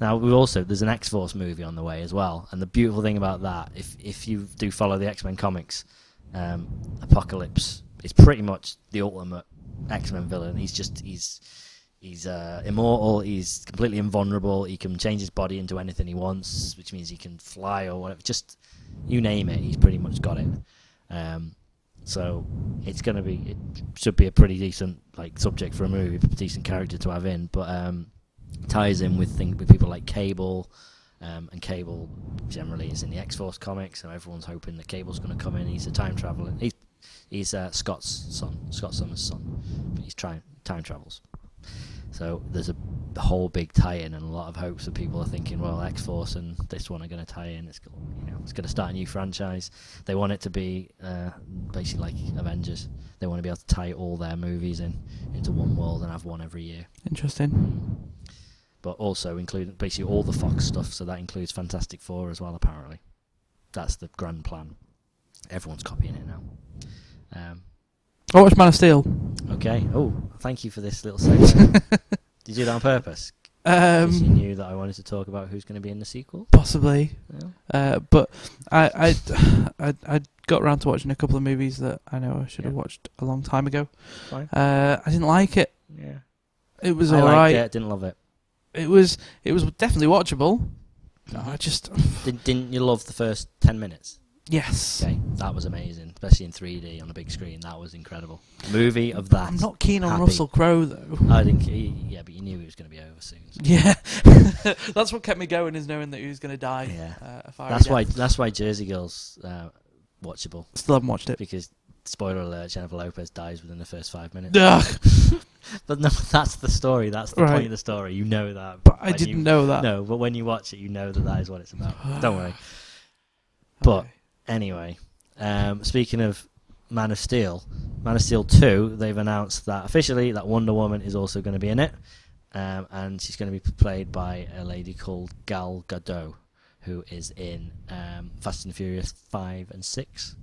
S1: Now we also there's an X Force movie on the way as well, and the beautiful thing about that, if if you do follow the X Men comics, um, Apocalypse is pretty much the ultimate X Men villain. He's just he's he's uh, immortal. He's completely invulnerable. He can change his body into anything he wants, which means he can fly or whatever. Just you name it, he's pretty much got it. Um, So it's going to be it should be a pretty decent like subject for a movie, decent character to have in, but um, ties in with things with people like Cable. Um, and Cable generally is in the X Force comics, so everyone's hoping that Cable's going to come in. He's a time traveler. He's he's uh, Scott's son, Scott Summers' son, but he's trying time travels. So there's a whole big tie-in, and a lot of hopes that people are thinking, well, X Force and this one are going to tie in. It's going, you know, it's going to start a new franchise. They want it to be uh, basically like Avengers. They want to be able to tie all their movies in into one world and have one every year.
S3: Interesting.
S1: But also including basically all the Fox stuff. So that includes Fantastic Four as well. Apparently, that's the grand plan. Everyone's copying it now. Um,
S3: I watched Oh, Man of
S1: (laughs)
S3: Steel.
S1: okay. Oh, thank you for this little
S3: (laughs)
S1: segue. Did you do that on purpose? Because you
S3: Um,
S1: knew that I wanted to talk about who's going to be in the sequel.
S3: possibly.
S1: No?
S3: Uh, but I, I, I, I got around to watching a couple of movies that I know I should have
S1: Yeah.
S3: watched a long time ago.
S1: Fine.
S3: Uh, I didn't like it.
S1: Yeah.
S3: It was
S1: I
S3: all
S1: liked
S3: right.
S1: it. Didn't love it.
S3: It was, it was definitely watchable. I just,
S1: Did, didn't you love the first ten minutes?
S3: yes.
S1: Okay, that was amazing, especially in 3D on a big screen. That was incredible. Movie of that.
S3: I'm not keen on
S1: happy.
S3: Russell Crowe though.
S1: I didn't. Yeah, but you knew it was going to be over soon. so-
S3: Yeah, (laughs) that's what kept me going is knowing that he was going to die.
S1: Yeah.
S3: uh, a fiery
S1: That's
S3: death.
S1: why. That's why Jersey Girls uh, watchable
S3: Still haven't watched it.
S1: because spoiler alert: Jennifer Lopez dies within the first five minutes.
S3: Ugh,
S1: But no, (laughs) that's the story. That's the
S3: Right.
S1: point of the story. You know that.
S3: but I
S1: When
S3: didn't
S1: you-
S3: know that.
S1: No, but when you watch it, you know that that is what it's about. Don't worry. but-
S3: Okay.
S1: Anyway, um, speaking of Man of Steel, Man of Steel 2, they've announced that officially that Wonder Woman is also going to be in it. Um, and she's going to be played by a lady called Gal Gadot, who is in um, Fast and Furious 5 and 6.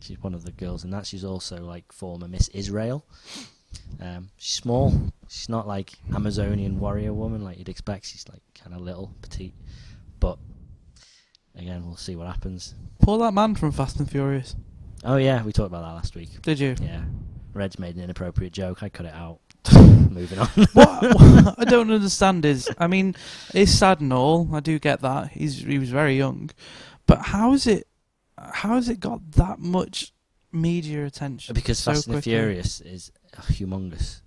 S1: She's one of the girls in that. She's also like former Miss Israel. Um, she's small. She's not like Amazonian warrior woman like you'd expect. She's like kind of little, petite. But again, we'll see what happens.
S3: Poor that man from Fast and Furious.
S1: Oh yeah, we talked about that last week.
S3: Did you?
S1: Yeah, Reg made an inappropriate joke. I cut it (laughs) out. Moving on.
S3: what, what I don't understand is, I mean, it's sad and all. I do get that. He's he was very young, but how is it? How has it got that much media
S1: (laughs)
S3: attention?
S1: Because
S3: so
S1: Fast and the
S3: quickly?
S1: Furious is humongous.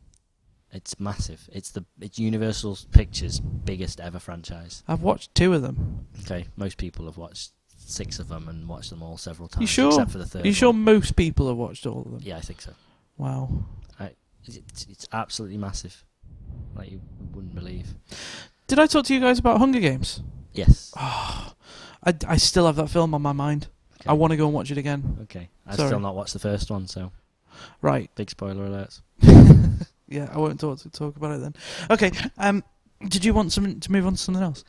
S1: It's massive. It's the it's Universal Pictures' biggest ever franchise.
S3: I've watched two of them.
S1: Okay, most people have watched six of them and watched them all several times.
S3: sure?
S1: Except for the third.
S3: Are you sure
S1: one.
S3: most people have watched all of them?
S1: Yeah, I think so.
S3: Wow.
S1: It's, it's absolutely massive, like you wouldn't believe.
S3: Did I talk to you guys about Hunger Games?
S1: Yes.
S3: Oh, I, I still have that film on my mind.
S1: Okay.
S3: I want to go and watch it again.
S1: Okay. I've
S3: Sorry.
S1: still not watched the first one, so
S3: Right. (laughs)
S1: big spoiler alerts.
S3: Yeah, I won't talk talk about it then. Okay. Um, did you want some, to move on to something else?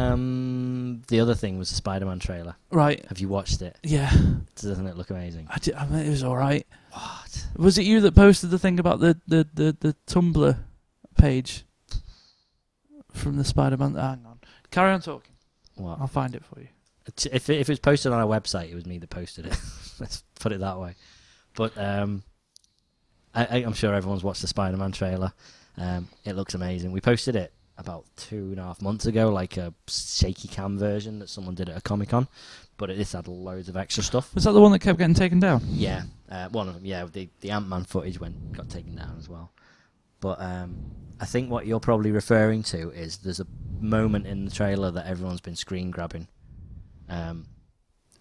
S1: Um, the other thing was the Spider-Man trailer.
S3: Right.
S1: Have you watched it?
S3: Yeah.
S1: Doesn't it look amazing?
S3: I, did, I mean, it was all right.
S1: What?
S3: Was it you that posted the thing about the the the, the Tumblr page from the Spider-Man? Hang on. Carry on talking.
S1: What?
S3: I'll find it for you.
S1: T- If it, if it's posted on our website, it was me that posted it. (laughs) Let's put it that way. But um, I, I, I'm sure everyone's watched the Spider-Man trailer. Um, it looks amazing. We posted it about two and a half months ago, like a shaky cam version that someone did at a Comic Con. But it, this had loads of extra stuff.
S3: Was that the one that kept getting taken down?
S1: Yeah, uh, one of them. Yeah, the the Ant Man footage went got taken down as well. But um, I think what you're probably referring to is there's a moment in the trailer that everyone's been screen grabbing, um,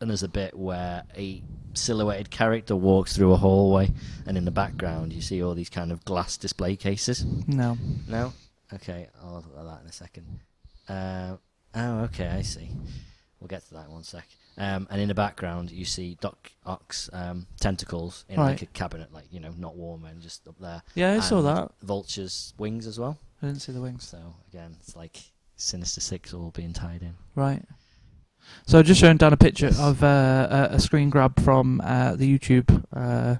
S1: and there's a bit where a silhouetted character walks through a hallway, and in the background you see all these kind of glass display cases.
S3: No.
S1: No. Okay, I'll look at that in a second. Uh, oh, okay, I see. We'll get to that in one sec. Um, and in the background, you see Doc Ock's um, tentacles in like
S3: Right.
S1: a cabinet, like you know, not warm and just up there.
S3: Yeah, I saw
S1: And
S3: that.
S1: Vulture's wings as well.
S3: I didn't see the wings.
S1: So again, it's like Sinister Six all being tied in.
S3: Right. So just showing Dan a picture of uh, a, a screen grab from uh, the YouTube uh,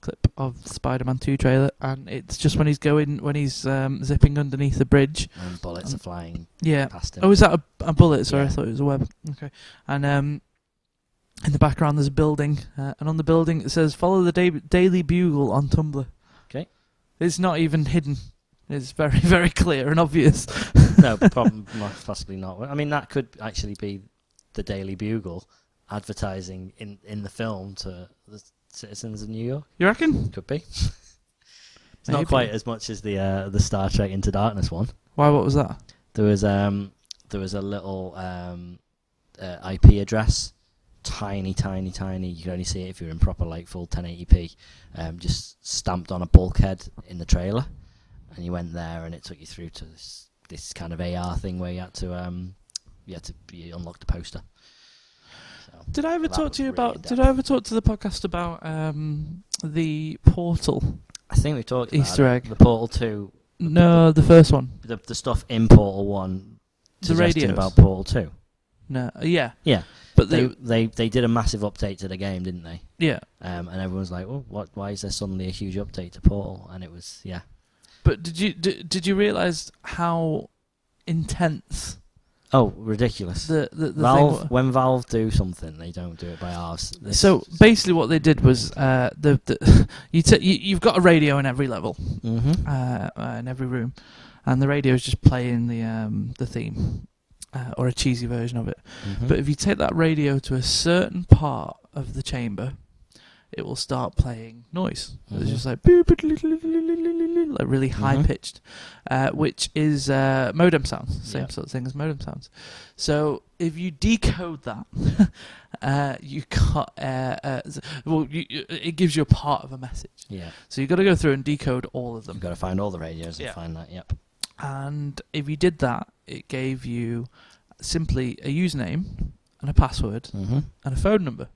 S3: clip of the Spider-Man 2 trailer, and it's just when he's going, when he's um, zipping underneath the bridge.
S1: And bullets are flying
S3: Yeah.
S1: past him.
S3: Oh, is that a, a bullet? Sorry, I
S1: Yeah.
S3: thought it was a web. Okay. And um, in the background there's a building, uh, and on the building it says "Follow the da- Daily Bugle" on Tumblr.
S1: Okay.
S3: It's not even hidden. It's very, (laughs) very clear and obvious.
S1: (laughs)
S3: (laughs)
S1: no, prob- mo- possibly not. I mean, that could actually be the Daily Bugle advertising in, in the film to the Citizens of New York
S3: You reckon?
S1: (laughs) could be. It's
S3: Maybe.
S1: not quite as much as the uh, the Star Trek Into Darkness one.
S3: Why? What was that?
S1: There was um there was a little um uh, IP address, tiny, tiny, tiny. You could only see it if you're in proper like full 1080p, um, just stamped on a bulkhead in the trailer, and you went there, and it took you through to this this kind of AR thing where you had to um you had to you unlocked a poster. So,
S3: Did I ever
S1: That
S3: talk
S1: was
S3: to you
S1: really
S3: about?
S1: in-depth.
S3: did I ever talk to the podcast about um, the portal?
S1: I think we've talked about
S3: Easter
S1: it.
S3: egg.
S1: the Portal Two,
S3: No, the first one.
S1: the, the stuff in Portal One,
S3: The
S1: suggesting
S3: radios.
S1: about Portal Two.
S3: No, uh, yeah,
S1: Yeah.
S3: but
S1: They,
S3: the,
S1: they they did a massive update to the game, didn't they?
S3: yeah,
S1: Um, and everyone's like, "Well, what? Why is there suddenly a huge update to Portal?" And it was, yeah,
S3: but did you did, did you realize how intense
S1: oh, ridiculous.
S3: the the, the thing?
S1: Valve,
S3: wa-
S1: when Valve do something, they don't do it by ours. This-
S3: So basically, what they did was uh, the, the (laughs) you, t- you you've got a radio in every level,
S1: Mhm.
S3: uh, uh, in every room, and the radio is just playing the um, the theme uh, or a cheesy version of it.
S1: Mhm.
S3: But if you take that radio to a certain part of the chamber, it will start playing noise. It's
S1: Mhm.
S3: just like boop, boop, loo, loo, loo, loo, loo, loo, loo, like really high pitched, uh, which is uh, modem sounds, same
S1: Yeah.
S3: sort of thing as modem sounds. So if you decode that, uh, you got uh, uh, s- well, you, you- it gives you a part of a message.
S1: yeah,
S3: So you've got to go through and decode all of them.
S1: you've got to find all the radios and
S3: Yeah.
S1: find that. Yep.
S3: And if you did that, it gave you simply a username and a password
S1: Mm-hmm.
S3: and a phone number.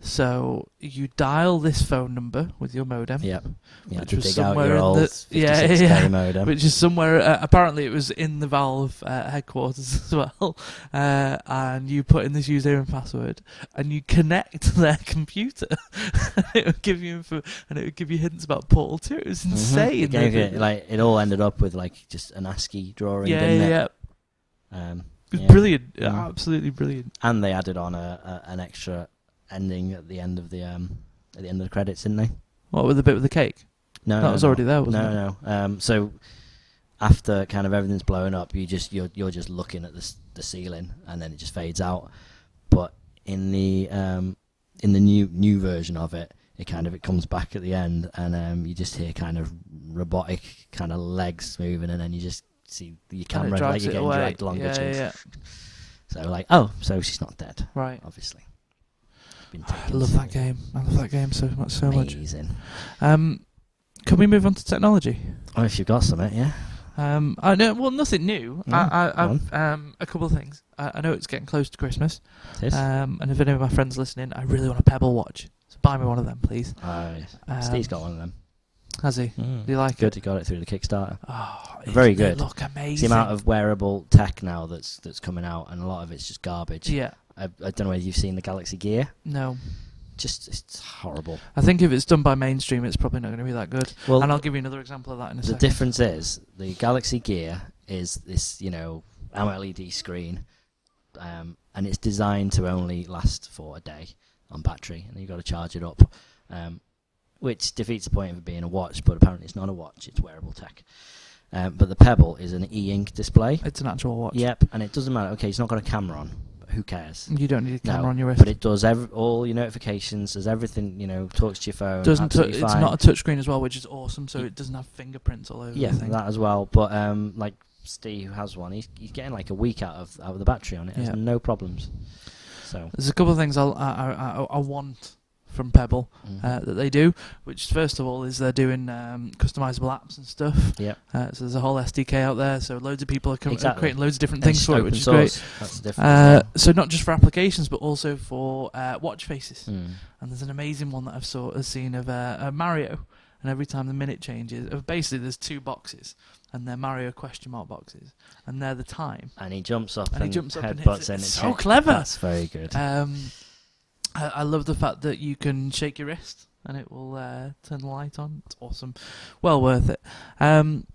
S3: So you dial this phone number with your modem,
S1: Yep. You had
S3: Which
S1: to
S3: was
S1: dig out
S3: somewhere in
S1: your old
S3: the- yeah,
S1: 56k
S3: yeah.
S1: modem.
S3: which is somewhere. Uh, apparently, it was in the Valve uh, headquarters (laughs) as well. Uh, and you put in this username and password, and you connect (laughs) their computer. it would give you info, and it would give you hints about Portal Two. It was
S1: Mhm.
S3: insane.
S1: It
S3: They
S1: gave
S3: did
S1: it,
S3: it.
S1: like it all ended up with like just an ASCII drawing,
S3: yeah,
S1: didn't
S3: yeah,
S1: it?
S3: yeah.
S1: Um,
S3: It was
S1: yeah.
S3: brilliant,
S1: Mhm.
S3: absolutely brilliant.
S1: And they added on a, a an extra ending at the end of the um at the end of the credits, didn't they?
S3: What with the bit with the cake?
S1: No,
S3: that
S1: no,
S3: was
S1: no.
S3: already there, wasn't it?
S1: No, no. Um, so after kind of everything's blown up, you just you're you're just looking at the s- the ceiling, and then it just fades out. But in the um in the new new version of it, it kind of it comes back at the end, and um you just hear kind of robotic kind of legs moving, and then you just see your
S3: And it
S1: camera like
S3: drags
S1: you're
S3: it
S1: getting
S3: away.
S1: dragged longer.
S3: yeah,
S1: chase.
S3: yeah,
S1: So like, oh, so she's not dead,
S3: right.
S1: obviously. Been
S3: I
S1: taken
S3: love
S1: so
S3: that game. I love that game so much, so much.
S1: Amazing.
S3: Um, can we move on to technology?
S1: Oh, if you've got something, yeah.
S3: Um, I know. Well, nothing new.
S1: No,
S3: I, I,
S1: go
S3: I've, um, a couple of things. I, I know it's getting close to Christmas.
S1: It is.
S3: Um, and if any of my friends listening, I really want a Pebble watch. So buy me one of them, please.
S1: Oh, yes.
S3: Um, Mm.
S1: Steve's got one of them.
S3: Has he? Do you like
S1: Good,
S3: it?
S1: he got it through the Kickstarter.
S3: Oh, it-
S1: Very
S3: they
S1: good.
S3: Look
S1: It's
S3: amazing.
S1: the amount of wearable tech now that's that's coming out, and a lot of it's just garbage.
S3: yeah.
S1: I, I don't know whether you've seen the Galaxy Gear.
S3: No,
S1: Just it's horrible.
S3: I think if it's done by mainstream, it's probably not going to be that good.
S1: Well,
S3: and I'll give you another example of that in a
S1: the
S3: second.
S1: difference is the Galaxy Gear is this you know AMOLED screen, um, and it's designed to only last for a day on battery, and you've got to charge it up, um, which defeats the point of it being a watch. But apparently, it's not a watch; it's wearable tech. Um, but the Pebble is an e-ink display.
S3: It's an actual watch. Mm.
S1: Yep, and it doesn't matter. Okay, it's not got a camera on. But who cares?
S3: You don't need a
S1: No,
S3: camera on your wrist.
S1: But it does ev- all your notifications, does everything, you know, talks to your phone.
S3: doesn't. tou-
S1: absolutely
S3: it's
S1: fine.
S3: not a touchscreen as well, which is awesome. So
S1: Y-
S3: it doesn't have fingerprints all over.
S1: yeah,
S3: the thing.
S1: that as well. But um, like Steve has one, he's, he's getting like a week out of out of the battery on it. Has
S3: Yeah.
S1: no problems. So
S3: There's a couple of things I'll, I, I, I, I want from Pebble
S1: mhm.
S3: uh, that they do, which first of all is they're doing um, customizable apps and stuff.
S1: Yep.
S3: Uh, so there's a whole SDK out there, so loads of people are, com- are
S1: Exactly.
S3: creating loads of different
S1: And
S3: things
S1: it's
S3: for it,
S1: open
S3: which is
S1: source. That's the
S3: great.
S1: difference.
S3: Uh, so not just for applications, but also for uh, watch faces.
S1: Mm.
S3: And there's an amazing one that I've sort of seen of uh, uh, Mario, and every time the minute changes, uh, basically there's two boxes, and they're Mario question mark boxes, and they're the time.
S1: And he jumps up
S3: And he
S1: and,
S3: jumps up and hits
S1: headbutts
S3: it.
S1: in and
S3: It's so
S1: shakes-
S3: clever.
S1: That's very good.
S3: Um, I, I love the fact that you can shake your wrist and it will uh, turn the light on. It's awesome. Well worth it. Um,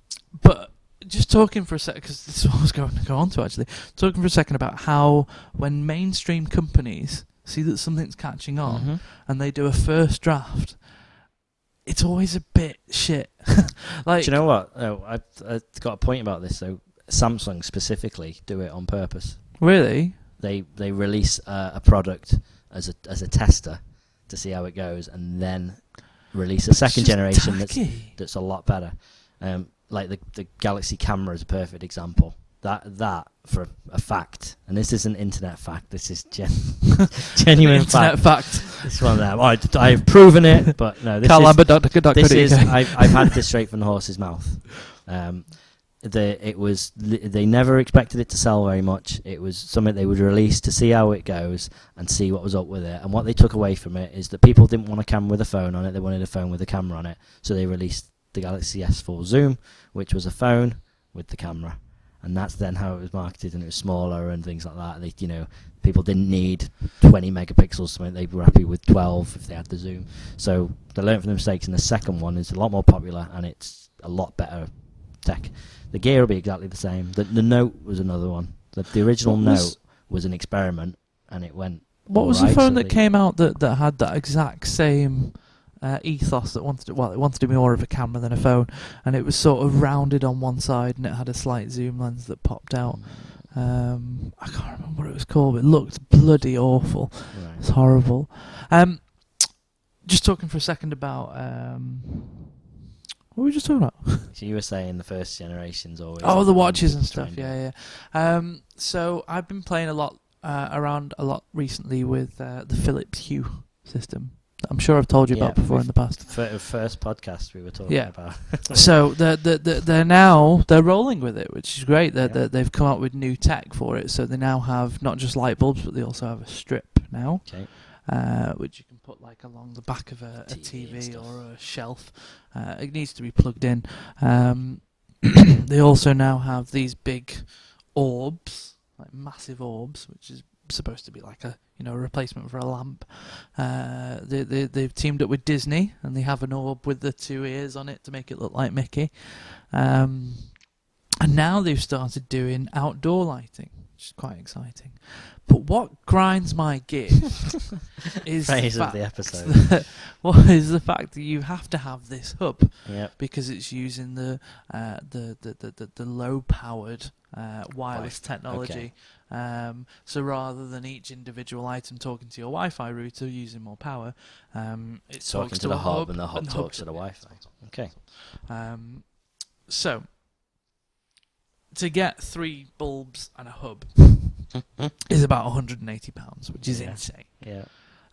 S3: but just talking for a sec, because this is what I was going to go on to actually. Talking for a second about how when mainstream companies see that something's catching on
S1: Mhm.
S3: and they do a first draft, it's always a bit shit. (laughs) like,
S1: Do you know what? Oh, I, I got a point about this though. Samsung specifically do it on purpose.
S3: really?
S1: They they release uh, a product as a as a tester to see how it goes, and then release a second generation that's that's a lot better. Um, like the the Galaxy camera is a perfect example. That that for a fact, and this isn't internet fact. This is gen- (laughs) genuine fact.
S3: internet fact.
S1: This one there. I, I've proven it, but no, this
S3: Carl
S1: is
S3: Lambert, Dr. Good, Dr.
S1: this
S3: (laughs)
S1: is I've, I've had this straight from the horse's mouth. Um, the, it was they never expected it to sell very much. It was something they would release to see how it goes and see what was up with it. And what they took away from it is that people didn't want a camera with a phone on it; they wanted a phone with a camera on it. So they released the Galaxy S4 Zoom, which was a phone with the camera, and that's then how it was marketed. And it was smaller and things like that. They, you know, people didn't need 20 megapixels. Something they were happy with 12 if they had the zoom. So they learned from their mistakes, and the second one is a lot more popular and it's a lot better tech. The gear will be exactly the same. The, the note was another one. The, the original
S3: What
S1: note
S3: was-
S1: was, an experiment, and it went.
S3: What was the
S1: alright,
S3: phone
S1: so
S3: that
S1: they-
S3: came out that, that had that exact same uh, ethos that wanted to, well, it wanted to be more of a camera than a phone, and it was sort of rounded on one side and it had a slight zoom lens that popped out. Um, I can't remember what it was called. But it looked bloody awful.
S1: Right.
S3: It's horrible. Um, just talking for a second about um, what were we just talking about?
S1: So you were saying the first generation's always.
S3: Oh, the watches and
S1: trying
S3: stuff.
S1: to-
S3: Yeah, yeah. Um, so I've been playing a lot uh, around a lot recently with uh, the Philips Hue system. that I'm sure I've told you
S1: Yeah,
S3: about before in
S1: we've-
S3: the past.
S1: Fir- first podcast we were talking
S3: Yeah. (laughs)
S1: about.
S3: so they're, they're, they're they're now they're rolling with it, which is great. They're,
S1: Yeah.
S3: they're, they've come up with new tech for it, so they now have not just light bulbs, but they also have a strip now,
S1: Okay.
S3: uh, which you can put like along the back of a, a
S1: TV and
S3: TV
S1: stuff.
S3: or a shelf. Uh, it needs to be plugged in. Um, (clears throat) they also now have these big orbs, like massive orbs, which is supposed to be like a you know a replacement for a lamp. Uh, they, they they've teamed up with Disney and they have an orb with the two ears on it to make it look like Mickey. Um, and now they've started doing outdoor lighting, which is quite exciting. But what grinds my
S1: (laughs)
S3: gears is the
S1: Phrase of
S3: fact
S1: the
S3: (laughs)
S1: episode.
S3: that- what is the fact that you have to have this hub
S1: Yep.
S3: because it's using the uh, the, the, the, the, the low powered uh, wireless technology. Um, so rather than each individual item talking to your Wi Fi router using more power, um, it
S1: Talking
S3: talks
S1: to the
S3: a
S1: hub, and the hub
S3: and
S1: talks to the
S3: yeah, (laughs)
S1: Wi-Fi. Okay.
S3: Um, so to get three bulbs and a hub is about 180 pounds, which is
S1: Yeah.
S3: insane.
S1: Yeah.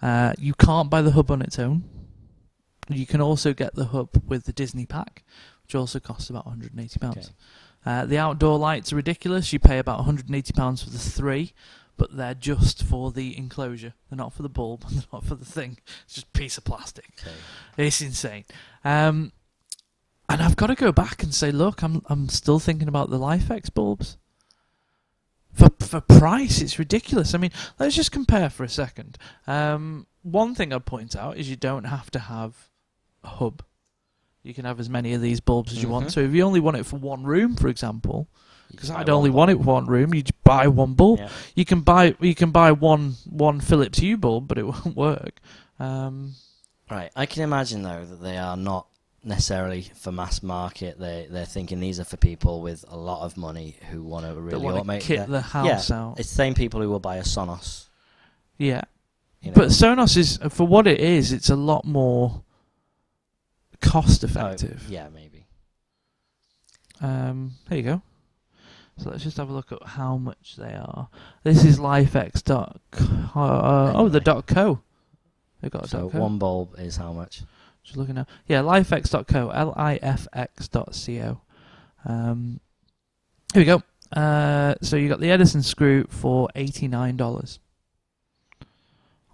S3: Uh, you can't buy the hub on its own. You can also get the hub with the Disney pack, which also costs about 180 pounds.
S1: Okay.
S3: Uh, the outdoor lights are ridiculous. You pay about 180 pounds for the three, but they're just for the enclosure. They're not for the bulb. (laughs) They're not for the thing. It's just a piece of plastic.
S1: Okay.
S3: It's insane. Um, and I've got to go back and say, look, I'm I'm still thinking about the LifeX bulbs. For for price, it's ridiculous. I mean, let's just compare for a second. Um, one thing I'd point out is you don't have to have a hub. You can have as many of these bulbs as you want
S1: Mhm.
S3: to. If you only want it for one room, for example,
S1: You
S3: because
S1: buy
S3: I'd
S1: one
S3: only
S1: bulb.
S3: want it for one room, you just buy one bulb
S1: Yeah.
S3: you can buy you can buy one one Philips Hue bulb, but it (laughs) won't work. Um,
S1: Right. I can imagine though that they are not necessarily for mass market. They they're thinking these are for people with a lot of money who want to
S3: they
S1: really
S3: want to
S1: automate.
S3: kit
S1: their-
S3: the house out.
S1: It's the same people who will buy a Sonos.
S3: Yeah,
S1: You know.
S3: but Sonos is for what it is. It's a lot more cost
S1: Oh,
S3: effective.
S1: yeah, maybe.
S3: Um, there you go. So let's just have a look at how much they are. This is LifeX dot. co- Uh, oh, the dot co. They got a
S1: So
S3: dot co.
S1: one bulb is how much?
S3: Just looking now. Yeah, lifex.co. L I F X dot co. Um, here we go. Uh, so you got the Edison screw for eighty nine dollars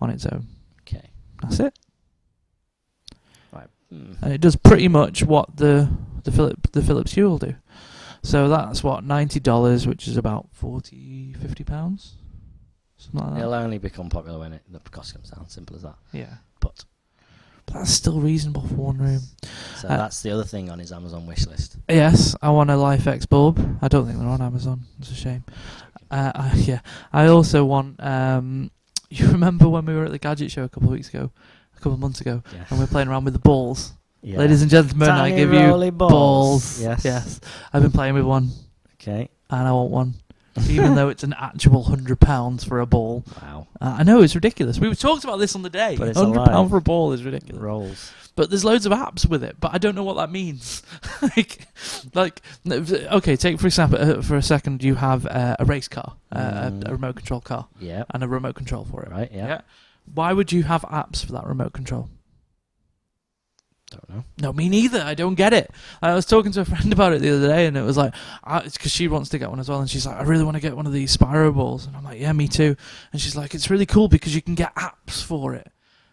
S3: on its own.
S1: Okay.
S3: That's it,
S1: Right. Mm.
S3: and it does pretty much what the the Philip the Philips Hue will do. So that's what ninety dollars, which is about 40, 50 pounds, something like that.
S1: It'll only become popular when it the cost comes down. Simple as that.
S3: yeah,
S1: But
S3: but that's still reasonable for one room.
S1: so
S3: Uh,
S1: that's the other thing on his Amazon wish list.
S3: Yes, I want a LifeX bulb. I don't think they're on Amazon. It's a shame. Uh, (laughs) I, yeah, I also want. Um, (laughs) you remember when we were at the gadget show a couple of weeks ago, a couple of months ago,
S1: Yeah.
S3: and we were playing around with the balls,
S1: Yeah.
S3: ladies and gentlemen. I
S1: Tiny
S3: give
S1: rolly
S3: you
S1: balls.
S3: balls.
S1: Yes.
S3: yes. I've been playing with one,
S1: Okay.
S3: and I want one. even though it's an actual hundred pounds for a ball.
S1: Wow.
S3: Uh, I know it's ridiculous. We were talked about this on the day.
S1: But it's a
S3: hundred
S1: lie.
S3: pound for a ball is ridiculous.
S1: Rolls.
S3: But there's loads of apps with it, but I don't know what that means. (laughs) like, like, okay, take for example uh, for a second, you have uh, a race car, uh,
S1: Mm.
S3: a, a remote control car,
S1: Yeah.
S3: and a remote control for it.
S1: Right. Yeah.
S3: Why would you have apps for that remote control?
S1: Don't know.
S3: No, me neither. I don't get it. I was talking to a friend about it the other day, and it was like, I, it's because she wants to get one as well, and she's like, I really want to get one of these Spyro balls, and I'm like, yeah, me too. And she's like, it's really cool because you can get apps for it.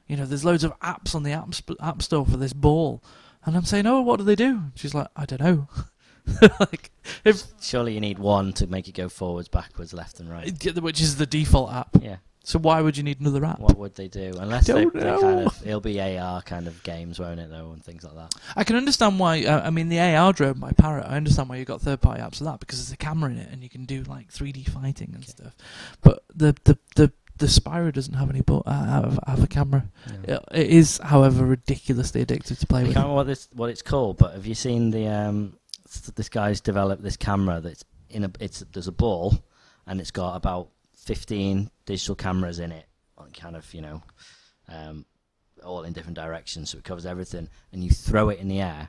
S3: You know, there's loads of apps on the app, sp- app store for this ball, and I'm saying, oh, what do they do? She's like, I don't know. (laughs) like, if,
S1: Surely you need one to make it go forwards, backwards, left, and right.
S3: which is the default app.
S1: Yeah.
S3: So why would you need another app?
S1: What would they do? Unless they,
S3: don't
S1: they
S3: know.
S1: kind of it'll be AR kind of games, won't it? Though and things like that.
S3: I can understand why. Uh, I mean, the AR drone by Parrot. I understand why you got third-party apps for that because there's a camera in it and you can do like 3D fighting and
S1: Okay.
S3: stuff. But the the the the Spyro doesn't have any bo- uh, have, have a camera.
S1: Yeah.
S3: It, it is, however, ridiculously addictive to
S1: I
S3: play
S1: can't
S3: with.
S1: remember what this what it's called, but have you seen the um? s- This guy's developed this camera that's in a it's there's a ball, and it's got about fifteen digital cameras in it, on kind of you know, um, all in different directions, so it covers everything, and you throw it in the air,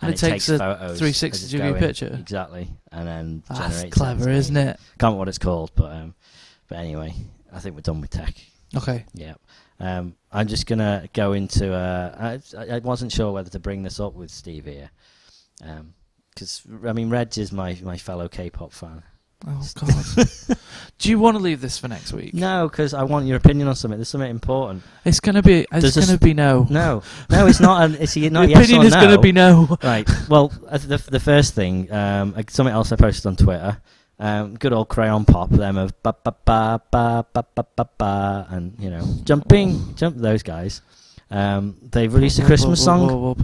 S3: And it takes a
S1: photos,
S3: 360
S1: as it's
S3: degree
S1: going.
S3: picture.
S1: exactly, and then
S3: That's
S1: generates
S3: clever, isn't it?
S1: Can't remember what it's called, but um, but anyway, I think we're done with tech.
S3: Okay.
S1: Yeah. Um, I'm just going to go into. Uh, I, I wasn't sure whether to bring this up with Steve here. Because, I mean, Reg is my, my fellow K pop fan.
S3: Oh God.
S1: (laughs)
S3: Do you want to leave this for next week?
S1: No, because I want your opinion on something. There's something important.
S3: It's gonna be.
S1: Does
S3: It's
S1: this-
S3: gonna be no.
S1: No. No, it's not. An,
S3: (laughs)
S1: it's not
S3: The
S1: yes
S3: opinion
S1: or
S3: is
S1: no.
S3: gonna be no.
S1: Right. Well, uh, the, the first thing, um, uh, something else I posted on Twitter. Um, good old crayon pop, them of ba ba ba ba ba ba ba ba, and you know, jumping, jump those guys. Um, they've released a Christmas song.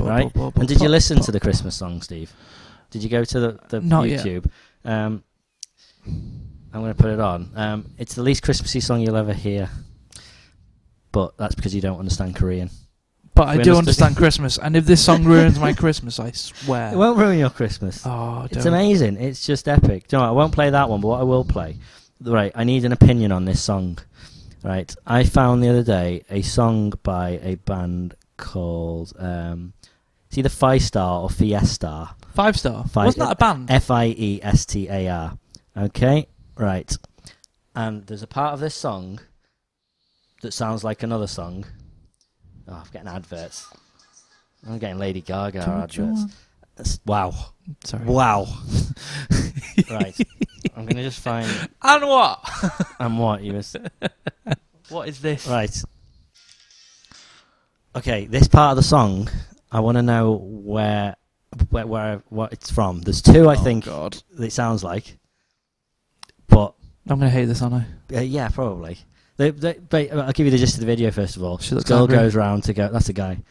S1: right? And did you listen to the Christmas song, Steve? Did you go to the, the
S3: Not yet.
S1: YouTube? Um, I'm going to put it on. Um, it's the least Christmassy song you'll ever hear, but that's because you don't understand Korean.
S3: But I
S1: We
S3: do
S1: understand-
S3: understand Christmas, and if this song ruins my Christmas, I swear.
S1: It won't ruin your Christmas.
S3: oh,
S1: it's
S3: Uh, don't.
S1: amazing. It's just epic. Do you know what? I won't play that one, but what I will play. Right, I need an opinion on this song. Right, I found the other day a song by a band called. Um, it's either Five Star or Fiesta.
S3: Five star.
S1: Five-
S3: Wasn't that a band?
S1: F I E S T A R. Okay, right. And there's a part of this song that sounds like another song. Oh, I'm getting adverts. I'm getting Lady Gaga
S3: Don't you
S1: adverts.
S3: want-
S1: That's- Wow.
S3: Sorry.
S1: Wow. (laughs) right. I'm going to just find.
S3: And what? (laughs)
S1: And what you was.
S3: What is this?
S1: Right. Okay, this part of the song, I want to know where, where, where, what it's from. There's two, I think,
S3: Oh, God.
S1: that it sounds like. But
S3: I'm gonna hate this, aren't I?
S1: uh, yeah, probably. They, they, but I'll give you the gist of the video first of all.
S3: She looks
S1: girl
S3: angry.
S1: goes round to go. That's a guy.
S3: (laughs)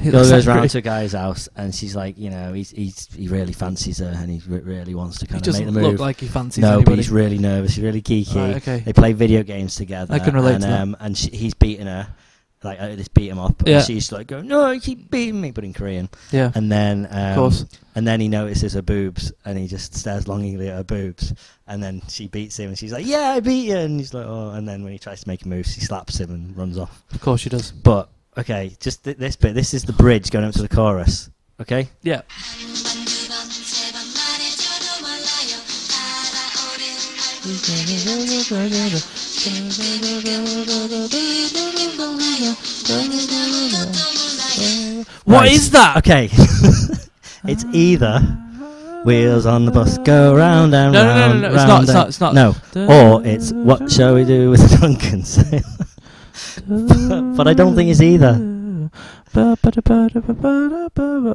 S3: He
S1: girl
S3: looks
S1: goes round
S3: angry.
S1: to a guy's house, and she's like, you know, he's, he's he really fancies her, and he re- really wants to
S3: He
S1: kind of make
S3: doesn't
S1: the
S3: look
S1: move.
S3: like he fancies
S1: no, but
S3: anybody.
S1: he's really nervous. He's really geeky.
S3: Right, okay.
S1: They play video games together.
S3: I can relate
S1: and,
S3: to that.
S1: Um, and she, he's beating her. Like, uh, just beat him up.
S3: Yeah.
S1: And she's like, going, no, you keep beating me, but in Korean.
S3: yeah.
S1: And then, um,
S3: Of course.
S1: and then he notices her boobs and he just stares longingly at her boobs. And then she beats him and she's like, Yeah, I beat you. And he's like, Oh. And then when he tries to make a move, she slaps him and runs off.
S3: Of course she does.
S1: But, okay, just th- this bit. This is the bridge going up to the chorus. Okay?
S3: Yeah. What
S1: Right.
S3: is that?
S1: Okay. (laughs) it's either Wheels on the Bus Go Round and
S3: No, no, no,
S1: Round.
S3: no, no, it's
S1: round
S3: not, it's
S1: and-
S3: not, it's not.
S1: No. Or it's What Shall We Do with the (laughs) Drunken Sailor? but I don't think it's either.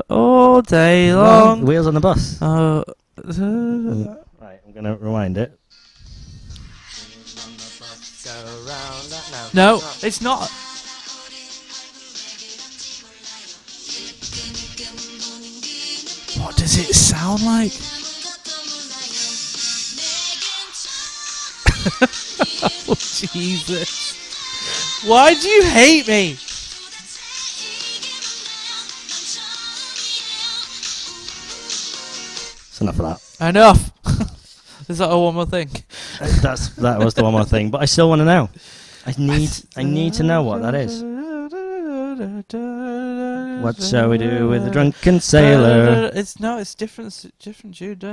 S3: All day long.
S1: Wheels on the Bus.
S3: Uh,
S1: Right, I'm gonna rewind it.
S3: no, it's not. What does it sound like? (laughs) oh, Jesus. Why do you hate me?
S1: It's enough of that.
S3: Enough. (laughs) Is that a one more thing?
S1: That's that was the one more thing, but I still want to know. I need I need to know what that
S3: (laughs)
S1: is. What shall we do with the drunken sailor?
S3: uh, It's no, it's different. It's different tune.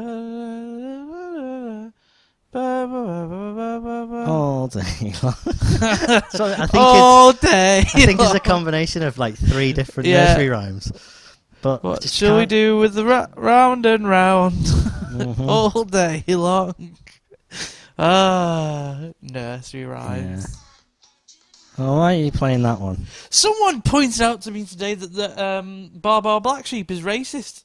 S3: (laughs) All,
S1: All day long. so Oh. I think
S3: day.
S1: it's I think it's a (laughs)
S3: long.
S1: combination of like three different
S3: Yeah.
S1: nursery rhymes. But I
S3: What
S1: just
S3: shall we
S1: can't-
S3: do with the ra- round and round
S1: Mhm.
S3: all day long? (laughs) Ah, nursery rhymes.
S1: Oh, why are you playing that one?
S3: Someone pointed out to me today that the um, Bar Bar Black Sheep is racist.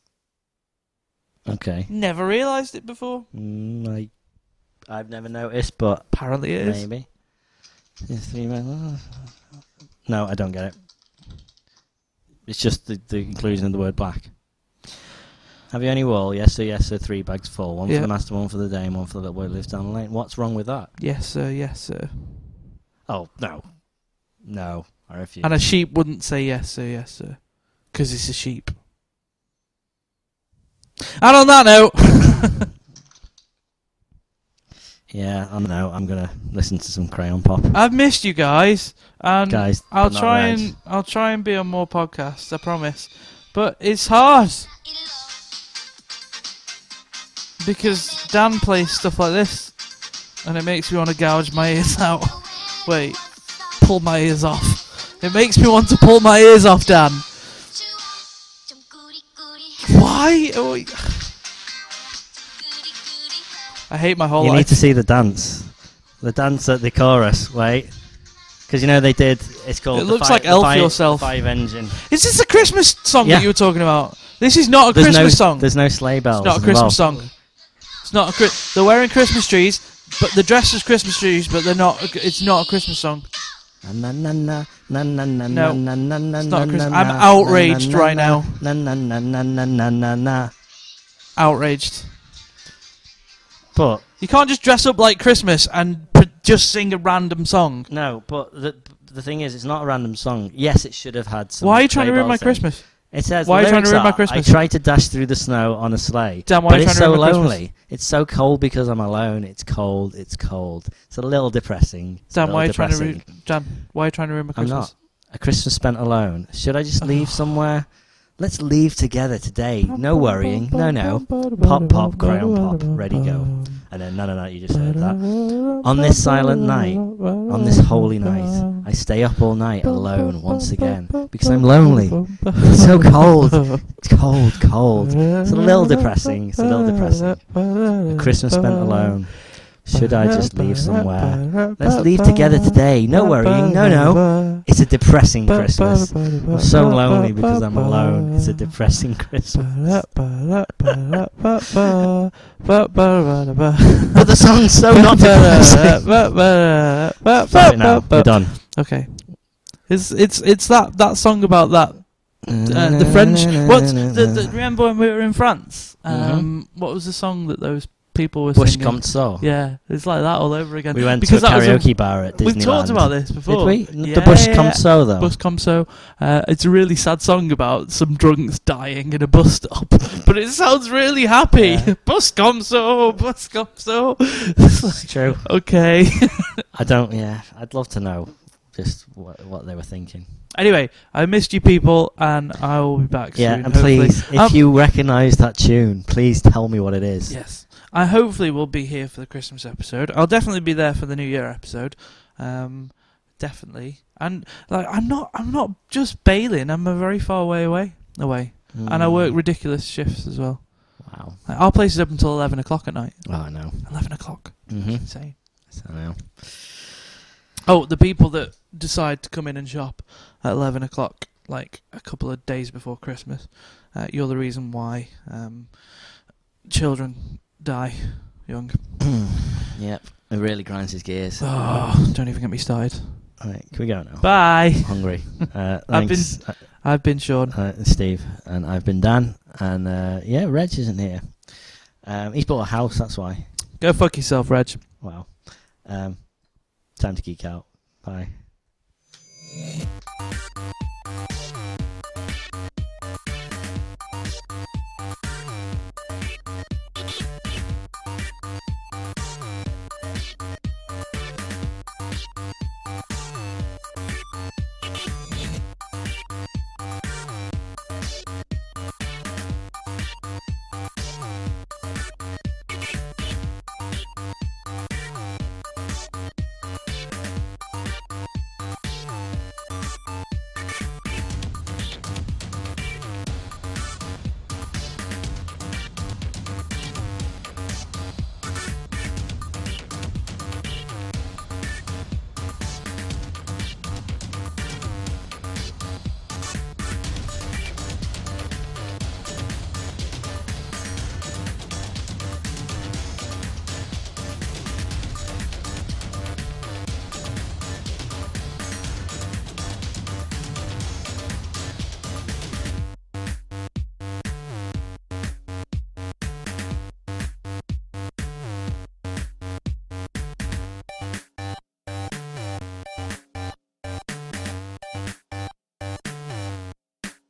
S1: Okay.
S3: Never realised it before.
S1: Mm, I, I've never noticed, but
S3: Apparently it is.
S1: maybe. Yes, three men- No, I don't get it. It's just the, the inclusion of the word black. Have you any wool? Yes, sir, yes, sir. Three bags full. One for
S3: Yeah.
S1: the master, one for the dame, one for the little boy who lives down the lane. What's wrong with that?
S3: Yes, sir. Yes, sir.
S1: Oh, no. No, I refuse.
S3: And a sheep wouldn't say yes, sir. Yes, sir. Because it's a sheep. And on that note,
S1: (laughs)
S3: (laughs)
S1: yeah, I know. I'm going to listen to some crayon pop.
S3: I've missed you guys, and
S1: Guys,
S3: Um, I'll
S1: but not
S3: try
S1: Reg.
S3: and I'll try and be on more podcasts. I promise, but it's hard because Dan plays stuff like this, and it makes me want to gouge my ears (laughs) out. Wait, pull my ears off. It makes me want to pull my ears off, Dan. Why? Oh, are we- I hate my whole
S1: you need
S3: life.
S1: to see the dance. The dance at the chorus, wait. Because you know they did. It's called.
S3: It
S1: the
S3: looks
S1: fi-
S3: like
S1: the
S3: Elf
S1: fi-
S3: Yourself.
S1: the Five Engine.
S3: Is this a Christmas song
S1: Yeah.
S3: that you were talking about? This is not a
S1: There's
S3: Christmas
S1: no,
S3: song.
S1: There's no sleigh bells.
S3: It's not a Christmas song. It's not a. Chri- they're wearing Christmas trees, but they're dressed as Christmas trees, but they're not. a- It's not a Christmas song.
S1: song. Na na na na na na
S3: No,
S1: na na na
S3: it's
S1: na
S3: not a Christ-
S1: na,
S3: I'm
S1: na,
S3: outraged
S1: na, na,
S3: right
S1: na,
S3: now.
S1: Na na na na na na na na.
S3: Outraged.
S1: But
S3: You can't just dress up like Christmas and pr- just sing a random song.
S1: no, but the the thing is, it's not a random song. Yes, it should have had some.
S3: Why are you trying to
S1: sleigh
S3: ruin my
S1: bells in.
S3: Christmas?
S1: It says,
S3: Why are you trying to
S1: lyrics
S3: ruin my
S1: are,
S3: Christmas?
S1: I try to dash through the snow on a sleigh.
S3: Dan, why
S1: but
S3: are you
S1: it's
S3: trying
S1: so
S3: to ruin my Christmas?
S1: lonely. It's so cold because I'm alone. It's cold. It's cold. It's a little depressing. It's a
S3: Dan,
S1: little
S3: why are you trying to
S1: depressing.
S3: ruin? Dan, why are you trying to ruin my
S1: I'm
S3: Christmas?
S1: not. A Christmas spent alone. Should I
S3: (sighs)
S1: just leave somewhere? Let's leave together today. No worrying. No, no. Pop, pop, crayon pop. Ready, go. And then, no, no, no, you just heard that.
S3: On
S1: this silent night, On this holy night, I stay up all night alone once again because I'm lonely. It's so cold. It's cold, cold. It's a little depressing. It's a little depressing. A Christmas spent alone. Should I just leave somewhere? Let's leave together today. No worrying. No, no. It's a depressing Christmas. I'm so lonely because I'm alone. It's a (laughs) depressing Christmas. But the song's so (laughs) not depressing. Sorry, now we're done.
S3: Okay. It's it's it's that, that song about that uh, the French. What the, the remember when we were in France?
S1: Mm-hmm.
S3: Um, What was the song that those people were
S1: Bush
S3: singing?
S1: Comte Sor.
S3: Yeah, it's like that all over again.
S1: We went
S3: because
S1: to a
S3: that was
S1: karaoke bar at Disneyland.
S3: We've talked about this before.
S1: Did we?
S3: Yeah,
S1: the Bush
S3: yeah,
S1: Comte
S3: yeah.
S1: Sor, though.
S3: Bus Comso. Uh, it's a really sad song about some drunks dying in a bus stop, (laughs) but it sounds really happy.
S1: Yeah.
S3: (laughs) Bus Comso, Bus Comso.
S1: It's true.
S3: (laughs) okay. (laughs)
S1: I don't. Yeah, I'd love to know just what, what they were thinking.
S3: Anyway, I missed you people, and I will be back
S1: Yeah,
S3: soon.
S1: and
S3: hopefully.
S1: please, if
S3: Um,
S1: you recognise that tune, please tell me what it is.
S3: Yes. I hopefully will be here for the Christmas episode. I'll definitely be there for the New Year episode. Um, definitely. And like, I'm not. I'm not just bailing. I'm a very far way away. Away, and I
S1: Mm.
S3: work ridiculous shifts as well.
S1: Wow.
S3: Like, our place is up until eleven o'clock at night.
S1: Oh, I know.
S3: Eleven o'clock.
S1: hmm
S3: Insane.
S1: I know.
S3: Oh, the people that decide to come in and shop at eleven o'clock, like a couple of days before Christmas, uh, you're the reason why um, children die young.
S1: Mm. yep. It really grinds his (sighs) gears.
S3: Oh, don't even get me started.
S1: Right, can we go now?
S3: Bye.
S1: Hungry. (laughs) Uh,
S3: I've been-
S1: thanks, uh,
S3: I've been Sean.
S1: uh, Steve, and I've been Dan, and uh, yeah, Reg isn't here. Um, he's bought a house, that's why.
S3: Go fuck yourself, Reg.
S1: Wow. Um, time to geek out. Bye.